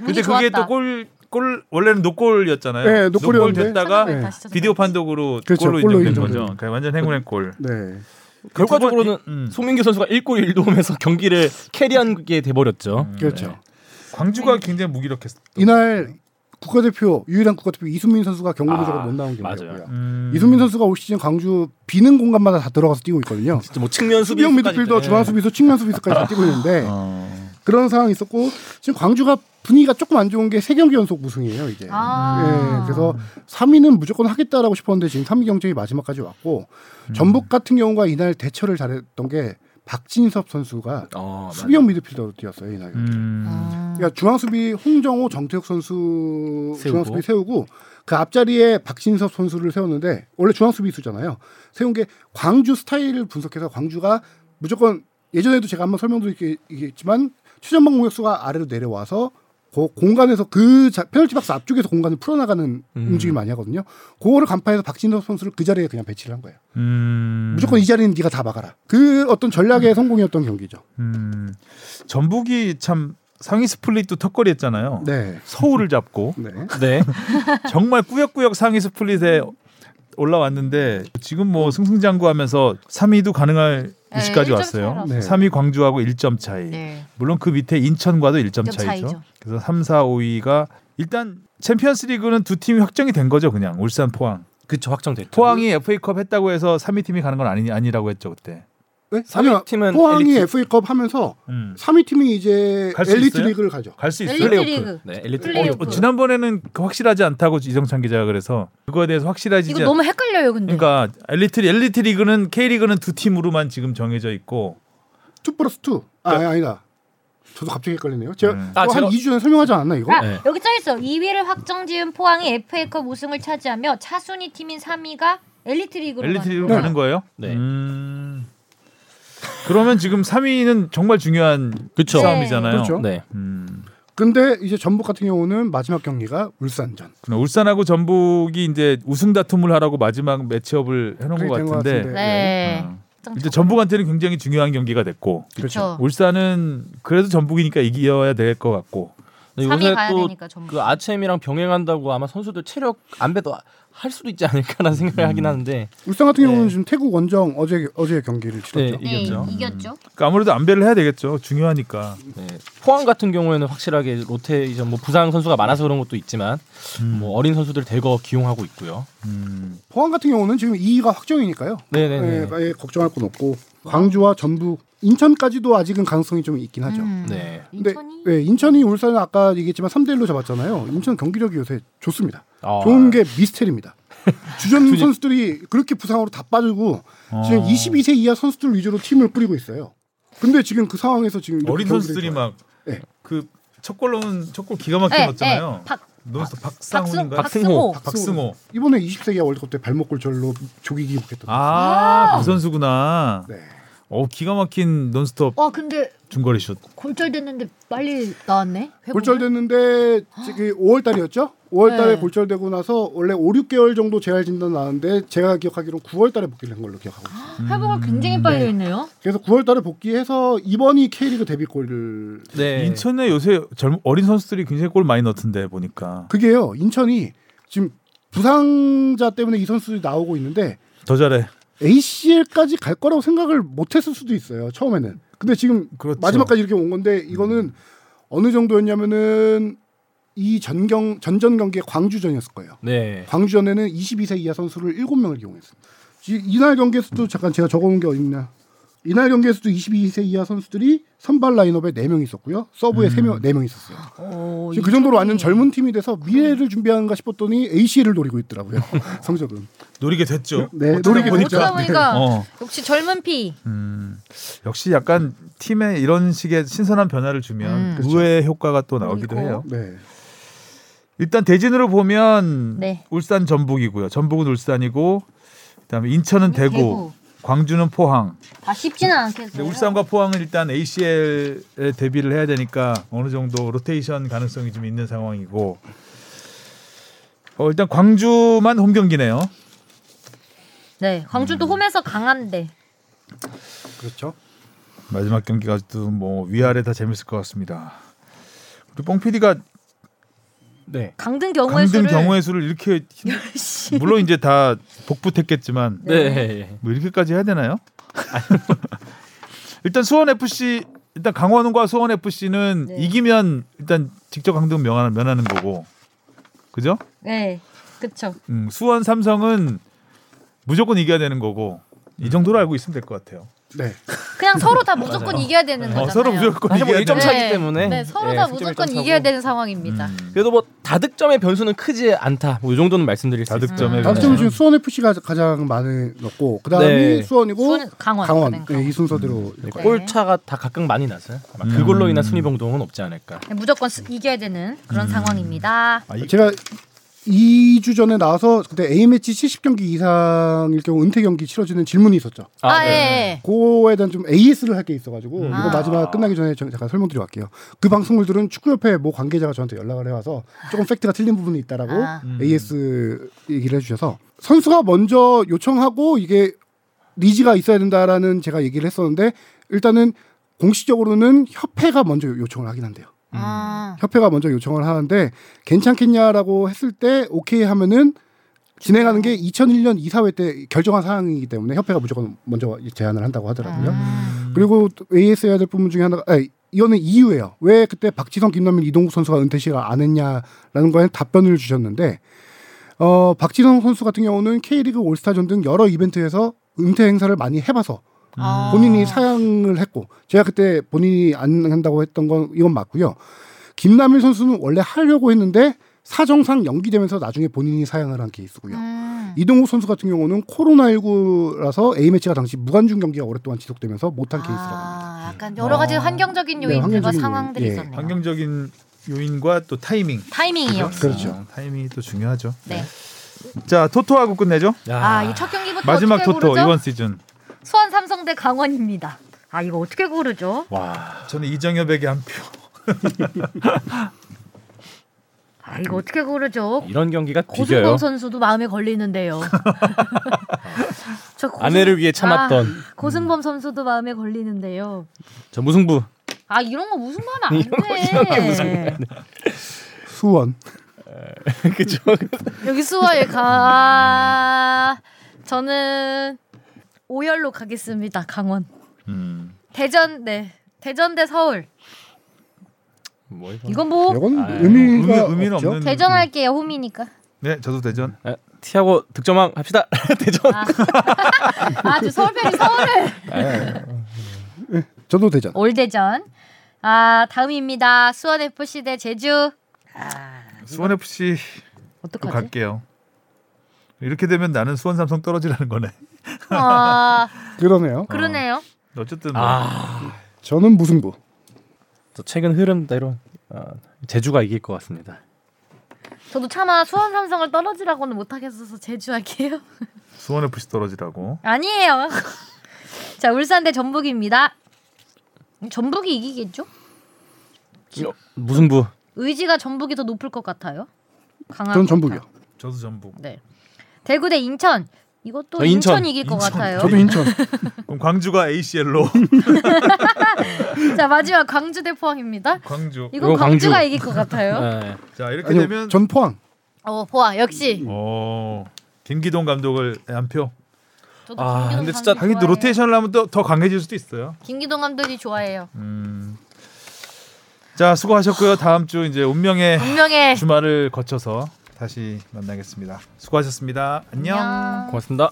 S1: 운이
S2: 근데 그게
S1: 좋았다.
S2: 또 골 골 원래는 노골이었잖아요.
S4: 네,
S2: 노골
S4: 노골이었는데.
S2: 됐다가
S1: 찾아봐요, 다시 찾아봐요.
S2: 비디오 판독으로
S4: 그렇죠,
S2: 골로
S4: 골로
S2: 인정된
S4: 인정된
S2: 거죠. 그러니까 완전 행운의 골.
S4: 네.
S3: 결과적으로는
S2: 음.
S3: 송민규 선수가 1골 1도움에서 경기를 캐리한 게 돼버렸죠.
S4: 그렇죠.
S2: 광주가
S1: 네.
S2: 굉장히 무기력했어.
S4: 이날 국가대표 유일한 국가대표 이순민 선수가 경고무적으로
S3: 아,
S4: 못 나온
S3: 맞아요.
S4: 경기였고요.
S2: 음.
S4: 이순민 선수가 올 시즌 광주 비는 공간마다 다 들어가서 뛰고 있거든요.
S3: 진짜 뭐 측면 수비
S4: 수비형 미드필더, 중앙 수비수, 측면 수비수까지 다 뛰고 있는데
S2: 어.
S4: 그런 상황이 있었고 지금 광주가 분위기가 조금 안 좋은 게 세 경기 연속 우승이에요 이제.
S1: 아.
S4: 예, 그래서 3위는 무조건 하겠다라고 싶었는데 지금 3위 경쟁이 마지막까지 왔고 전북 같은 경우가 이날 대처를 잘했던 게 박진섭 선수가
S3: 어,
S4: 수비형 미드필더로 뛰었어요 이날.
S2: 음.
S1: 아.
S4: 그러니까 중앙 수비 홍정호 정태욱 선수
S3: 세우고.
S4: 중앙 수비 세우고 그 앞자리에 박진섭 선수를 세웠는데 원래 중앙 수비수잖아요. 세운 게 광주 스타일을 분석해서 광주가 무조건 예전에도 제가 한번 설명드리겠지만 최전방 공격수가 아래로 내려와서 그 공간에서 그 자- 페널티 박스 앞쪽에서 공간을 풀어나가는
S3: 음.
S4: 움직임 이 많이 하거든요. 그거를 간파해서 박진섭 선수를 그 자리에 그냥 배치를 한 거예요.
S2: 음.
S4: 무조건 이 자리는 네가 다 막아라. 그 어떤 전략의 성공이었던 경기죠.
S2: 음. 전북이 참 상위 스플릿도 턱걸이했잖아요.
S4: 네.
S2: 서울을 잡고
S4: 네.
S3: 네.
S2: 정말 꾸역꾸역 상위 스플릿에 올라왔는데 지금 뭐 승승장구하면서 3위도 가능할
S1: 네,
S2: 위치까지
S1: 일점
S2: 왔어요.
S1: 차이라서.
S4: 네.
S2: 3위 광주하고 1점 차이.
S1: 네.
S2: 물론 그 밑에 인천과도 1점
S1: 일점
S2: 차이죠.
S1: 차이죠.
S2: 그래서 3, 4, 5위가 일단 챔피언스리그는 두 팀이 확정이 된 거죠, 그냥 울산 포항.
S5: 그쵸 확정됐죠.
S2: 포항이 FA컵 했다고 해서 3위 팀이 가는 건 아니 아니라고 했죠 그때.
S4: 네?
S5: 삼위
S4: 아니요,
S5: 팀은
S4: 포항이
S5: 엘리트.
S4: FA컵 하면서
S2: 음.
S4: 3위 팀이 이제
S2: 갈수
S4: 엘리트
S2: 있어요?
S4: 리그를 가죠.
S2: 갈 수 있어요.
S1: 엘리트 리그.
S5: 네 엘리트
S1: 플레이오프.
S2: 어, 지난번에는 그 확실하지 않다고 이정찬 기자가 그래서 그거에 대해서 확실하지
S1: 이거
S2: 않-
S1: 너무 헷갈려요, 근데.
S2: 그러니까 엘리트 엘리트 리그는 K 리그는 두 팀으로만 지금 정해져 있고
S4: 2 플러스 2. 아, 아니, 아니다. 저도 갑자기 헷갈리네요. 제가
S2: 음.
S5: 아,
S4: 또한
S5: 제가-
S4: 2주 전에 설명하지 않았나 이거?
S1: 아,
S3: 네.
S1: 여기 써 있어. 2위를 확정 지은 포항이 FA컵 우승을 차지하며 차순위 팀인 3위가 엘리트 리그로
S2: 엘리트 리그로
S1: 거예요.
S2: 가는 거예요?
S5: 네.
S2: 음. 그러면 지금 3위는 정말 중요한
S5: 그쵸.
S2: 싸움이잖아요.
S4: 그렇죠.
S5: 네.
S2: 음.
S4: 근데 이제 전북 같은 경우는 마지막 경기가 울산전.
S2: 그럼 울산하고 전북이 이제 우승 다툼을 하라고 마지막 매치업을 해놓은 것
S4: 그렇게 된것
S2: 같은데,
S4: 같은데.
S1: 네.
S2: 어. 이제 전북한테는 굉장히 중요한 경기가 됐고
S1: 그렇죠.
S2: 울산은 그래도 전북이니까 이겨야 될 것 같고
S5: 근데
S1: 3위
S5: 요새
S1: 가야
S5: 또
S1: 되니까 전북.
S5: 그 아침이랑 병행한다고 아마 선수들 체력 안배도 할 수도 있지 않을까라는 생각을 하긴 하는데
S4: 울산 같은 경우는
S5: 네.
S4: 지금 태국 원정 어제 어제 경기를
S5: 네,
S4: 치렀죠.
S1: 네,
S5: 이겼죠.
S1: 이겼죠.
S2: 그러니까 아무래도 안배를 해야 되겠죠. 중요하니까.
S5: 네. 포항 같은 경우에는 확실하게 로테이션 뭐 부상 선수가 많아서 그런 것도 있지만 뭐 어린 선수들 대거 기용하고 있고요.
S2: 음.
S4: 포항 같은 경우는 지금 2위가 확정이니까요.
S5: 네네네.
S4: 예, 아예 걱정할 건 없고 광주와 전북, 인천까지도 아직은 가능성이 좀 있긴 하죠.
S1: 음.
S5: 네.
S4: 근데
S1: 인천이
S4: 예, 인천이 울산을 아까 얘기했지만 3대 1로 잡았잖아요. 인천 경기력이 요새 좋습니다.
S5: 아.
S4: 좋은 게 미스테리입니다. 주전 선수들이 그렇게 부상으로 다 빠지고 지금
S2: 어.
S4: 22세 이하 선수들 위주로 팀을 뿌리고 있어요. 근데 지금 그 상황에서 지금 이렇게
S2: 어린
S4: 경기를
S2: 선수들이
S4: 좋아해요. 네.
S2: 막 그 첫골 넣은 첫골 기가 막히게
S1: 네,
S2: 넣었잖아요.
S1: 네, 박-
S2: 노스
S1: 박승
S2: 박상훈인가?
S1: 박승호.
S2: 박승호.
S4: 이번에 20세기 야 월드컵 때 발목 골절로 조기기 복했던
S2: 아, 그 선수구나.
S4: 네.
S2: 어, 기가 막힌 논스톱
S1: 와 근데
S2: 중거리 슛.
S1: 골절됐는데 빨리 나왔네. 회복을?
S4: 골절됐는데 지금 5월 달이었죠? 5월 달에
S1: 네.
S4: 골절되고 나서 원래 5, 6개월 정도 재활 진단 나왔는데 제가 기억하기로는 9월 달에 복귀를 한 걸로 기억하고 있어요.
S1: 회복을 굉장히 빨리 했네요.
S4: 그래서 9월 달에 복귀해서 이번이 K리그 데뷔골을
S5: 네.
S2: 인천에 요새 젊 어린 선수들이 굉장히 골 많이 넣던데 보니까
S4: 그게요. 인천이 지금 부상자 때문에 이 선수들이 나오고 있는데
S2: 더 잘해.
S4: ACL까지 갈 거라고 생각을 못 했을 수도 있어요. 처음에는. 근데 지금
S2: 그렇죠.
S4: 마지막까지 이렇게 온 건데 이거는 어느 정도였냐면은 이 전경 전전 경기에 광주전이었을 거예요.
S5: 네.
S4: 광주전에는 22세 이하 선수를 7명을 이용했습니다. 이- 이날 경기에서도 잠깐 제가 적어온 게 어딨나. 이날 경기에서도 22세 이하 선수들이 선발 라인업에 4명 있었고요. 서브에 세 3명, 4명 음. 있었어요.
S1: 오,
S4: 지금 그 정도로 완전
S1: 인천이-
S4: 젊은 팀이 돼서 미래를 준비하는가 싶었더니 ACL을 노리고 있더라고요. 성적은.
S2: 노리게 됐죠.
S4: 네,
S2: 어쩌다
S4: 노리게
S2: 보니까.
S1: 어쩌다 보니까
S2: 어.
S1: 역시 젊은 피.
S2: 음, 역시 약간 팀에 이런 식의 신선한 변화를 주면
S1: 음.
S2: 의외의 효과가 또 나오기도
S1: 그리고-
S2: 해요.
S4: 네.
S2: 일단 대진으로 보면
S1: 네.
S2: 울산 전북이고요. 전북은 울산이고 그다음에 인천은 대구,
S1: 대구.
S2: 광주는 포항.
S1: 다 쉽지는
S2: 근데
S1: 않겠어요.
S2: 울산과 포항은 일단 ACL에 데뷔를 해야 되니까 어느 정도 로테이션 가능성이 좀 있는 상황이고 어, 일단 광주만 홈 경기네요.
S1: 네, 광주도 홈에서 강한데.
S4: 그렇죠.
S2: 마지막 경기가 또뭐 위아래 다 재밌을 것 같습니다. 우리 뽕 PD가
S5: 네.
S1: 강등 경우의
S2: 강등
S1: 수를
S2: 경우의 수를 이렇게 힘- 물론 이제 다 복붙했겠지만
S5: 네.
S2: 뭐 이렇게까지 해야 되나요?
S1: 뭐.
S2: 일단 수원 FC 일단 강원과 수원 FC는
S1: 네.
S2: 이기면 일단 직접 강등 명하- 면하는 거고 그죠?
S1: 네, 그렇죠.
S2: 음, 수원 삼성은 무조건 이겨야 되는 거고
S1: 음.
S2: 이 정도로 알고 있으면 될 것 같아요.
S4: 네.
S1: 그냥 서로 다 무조건 이기야 되는 거잖아요.
S2: 어, 서로 무조건
S5: 사실 뭐
S2: 이겨야
S5: 일점
S2: 되는
S5: 차이기 때문에.
S1: 네, 서로
S5: 네,
S1: 다
S5: 승점이
S1: 무조건
S5: 좀 차고.
S1: 이겨야 되는 상황입니다.
S2: 음,
S5: 그래도 뭐 다득점의 변수는 크지 않다. 뭐 이 정도는 말씀드릴 수 있습니다.
S3: 네.
S2: 다득점의
S4: 다음 팀은
S2: 변수.
S4: 지금 수원 FC가 가장 많이 넣고 그다음이
S5: 네.
S4: 수원이고
S1: 수원, 강원.
S4: 강원.
S1: 강원.
S4: 네, 이 순서대로
S3: 음.
S5: 네,
S1: 네.
S5: 골차가 다 각각 많이 나서요. 아마 그걸로 인한 순위 변동은 없지 않을까.
S1: 네, 무조건 스- 이겨야 되는 그런 상황입니다.
S2: 아, 이-
S4: 제가 2주 전에 나와서 그때 A매치 70경기 이상일 경우 은퇴 경기 치러지는 질문이 있었죠.
S1: 아,
S5: 네.
S1: 예.
S4: 그거에 대한 좀 AS를 할 게 있어가지고 이거
S1: 아.
S4: 마지막 끝나기 전에 저- 잠깐 설명드리고 갈게요. 그 방송을 들은 축구협회 모 관계자가 저한테 연락을 해와서 조금 팩트가 틀린 부분이 있다라고
S1: 아.
S4: AS 얘기를 해주셔서 선수가 먼저 요청하고 이게 니즈가 있어야 된다라는 제가 얘기를 했었는데 일단은 공식적으로는 협회가 먼저 요청을 하긴 한대요.
S1: 아,
S4: 협회가 먼저 요청을 하는데 괜찮겠냐라고 했을 때 오케이 하면은 진행하는 게 2001년 이사회 때 결정한 사항이기 때문에 협회가 무조건 먼저 제안을 한다고 하더라고요.
S1: 음.
S4: 그리고 또 AS 해야 될 부분 중에 하나가 아니, 이거는 이유예요. 왜 그때 박지성, 김남민, 이동국 선수가 은퇴식을 안 했냐라는 거에 답변을 주셨는데 어, 박진영 선수 같은 경우는 K리그 올스타전 등 여러 이벤트에서 은퇴 행사를 많이 해봐서
S1: 아.
S4: 본인이 사양을 했고 제가 그때 본인이 안 한다고 했던 건 이건 맞고요. 김남일 선수는 원래 하려고 했는데 사정상 연기되면서 나중에 본인이 사양을 한 케이스고요.
S1: 음.
S4: 이동욱 선수 같은 경우는 코로나19라서 A 매치가 당시 무관중 경기가 오랫동안 지속되면서 못한 케이스라고 합니다.
S1: 아, 약간 여러 가지 환경적인
S4: 네,
S1: 요인들과
S4: 환경적인
S1: 상황들이
S4: 요인. 예.
S1: 있었네요.
S2: 환경적인 요인과 또 타이밍.
S1: 타이밍이요.
S4: 그렇죠.
S2: 어, 타이밍이 또 중요하죠.
S1: 네.
S2: 자 토토하고 끝내죠.
S5: 네.
S1: 아, 이 첫 경기부터
S2: 마지막
S1: 어떻게
S2: 토토
S1: 고르죠?
S2: 이번 시즌.
S1: 수원 삼성대 강원입니다. 아, 이거 어떻게 고르죠?
S2: 저는 이정협에게 한 표.
S1: 아, 이거 어떻게 고르죠?
S5: 이런 경기가
S1: 고승범
S5: 비겨요.
S1: 선수도 마음에 걸리는데요. 저 고승-
S5: 아내를 위해 참았던
S1: 아, 고승범 선수도 마음에 걸리는데요.
S5: 저 무승부.
S1: 아 이런 거 무승부하면 안 돼.
S4: 수원
S5: 그죠?
S1: 여기 수화에 가. 저는 오열로 가겠습니다. 강원.
S2: 음.
S1: 대전 네. 대전 대 서울.
S5: 뭐 이거.
S1: 이건 뭐
S4: 이건
S5: 아,
S2: 예. 의미
S4: 의미가
S2: 의미는
S4: 없죠.
S2: 없는.
S1: 대전 할게요. 홈이니까.
S2: 네, 저도 대전.
S5: 아, 티하고 득점왕 합시다. 대전.
S1: 아, 아 지금 서울 팬이 서울을
S4: 저도 대전.
S1: 올 대전. 아 다음입니다. 수원 FC 대 제주.
S2: 음. 수원 FC 또
S1: 어떡하지?
S2: 갈게요. 이렇게 되면 나는 수원 삼성 떨어지라는 거네.
S1: 아
S4: 그러네요.
S1: 그러네요.
S2: 어쨌든 뭐
S5: 아,
S4: 저는 무승부.
S5: 또 최근 흐름대로 아, 제주가 이길 것 같습니다.
S1: 저도 차마 수원 삼성을 떨어지라고는 못하겠어서 제주 할게요.
S2: 수원 FC 떨어지라고.
S1: 아니에요. 자 울산 대 전북입니다. 전북이 이기겠죠?
S5: 어, 무승부.
S1: 의지가 전북이 더 높을 것 같아요. 강한.
S4: 저는
S1: 것
S4: 전북이요.
S1: 같아요.
S2: 저도 전북.
S1: 네. 대구 대 인천. 이것도
S5: 저
S1: 인천,
S5: 인천.
S1: 이길 것 같아요.
S4: 저도 인천.
S2: 그럼 광주가 ACL로.
S1: 자 마지막 광주 대 포항입니다.
S2: 광주.
S1: 이건
S5: 이거 광주.
S1: 광주가 이길 것 같아요.
S5: 네.
S2: 자 이렇게
S4: 아니요,
S2: 되면
S4: 전 포항.
S1: 어 포항 역시.
S2: 어 김기동 감독을 한 표.
S1: 저도
S5: 아,
S1: 김기동
S5: 근데 진짜
S1: 감독
S2: 하긴 또
S1: 좋아해요.
S2: 로테이션을 하면 또 더 강해질 수도 있어요.
S1: 김기동 감독이 좋아해요.
S2: 음. 자 수고하셨고요. 다음 주 이제 운명의
S1: 분명해.
S2: 주말을 거쳐서 다시 만나겠습니다. 수고하셨습니다. 안녕.
S5: 고맙습니다.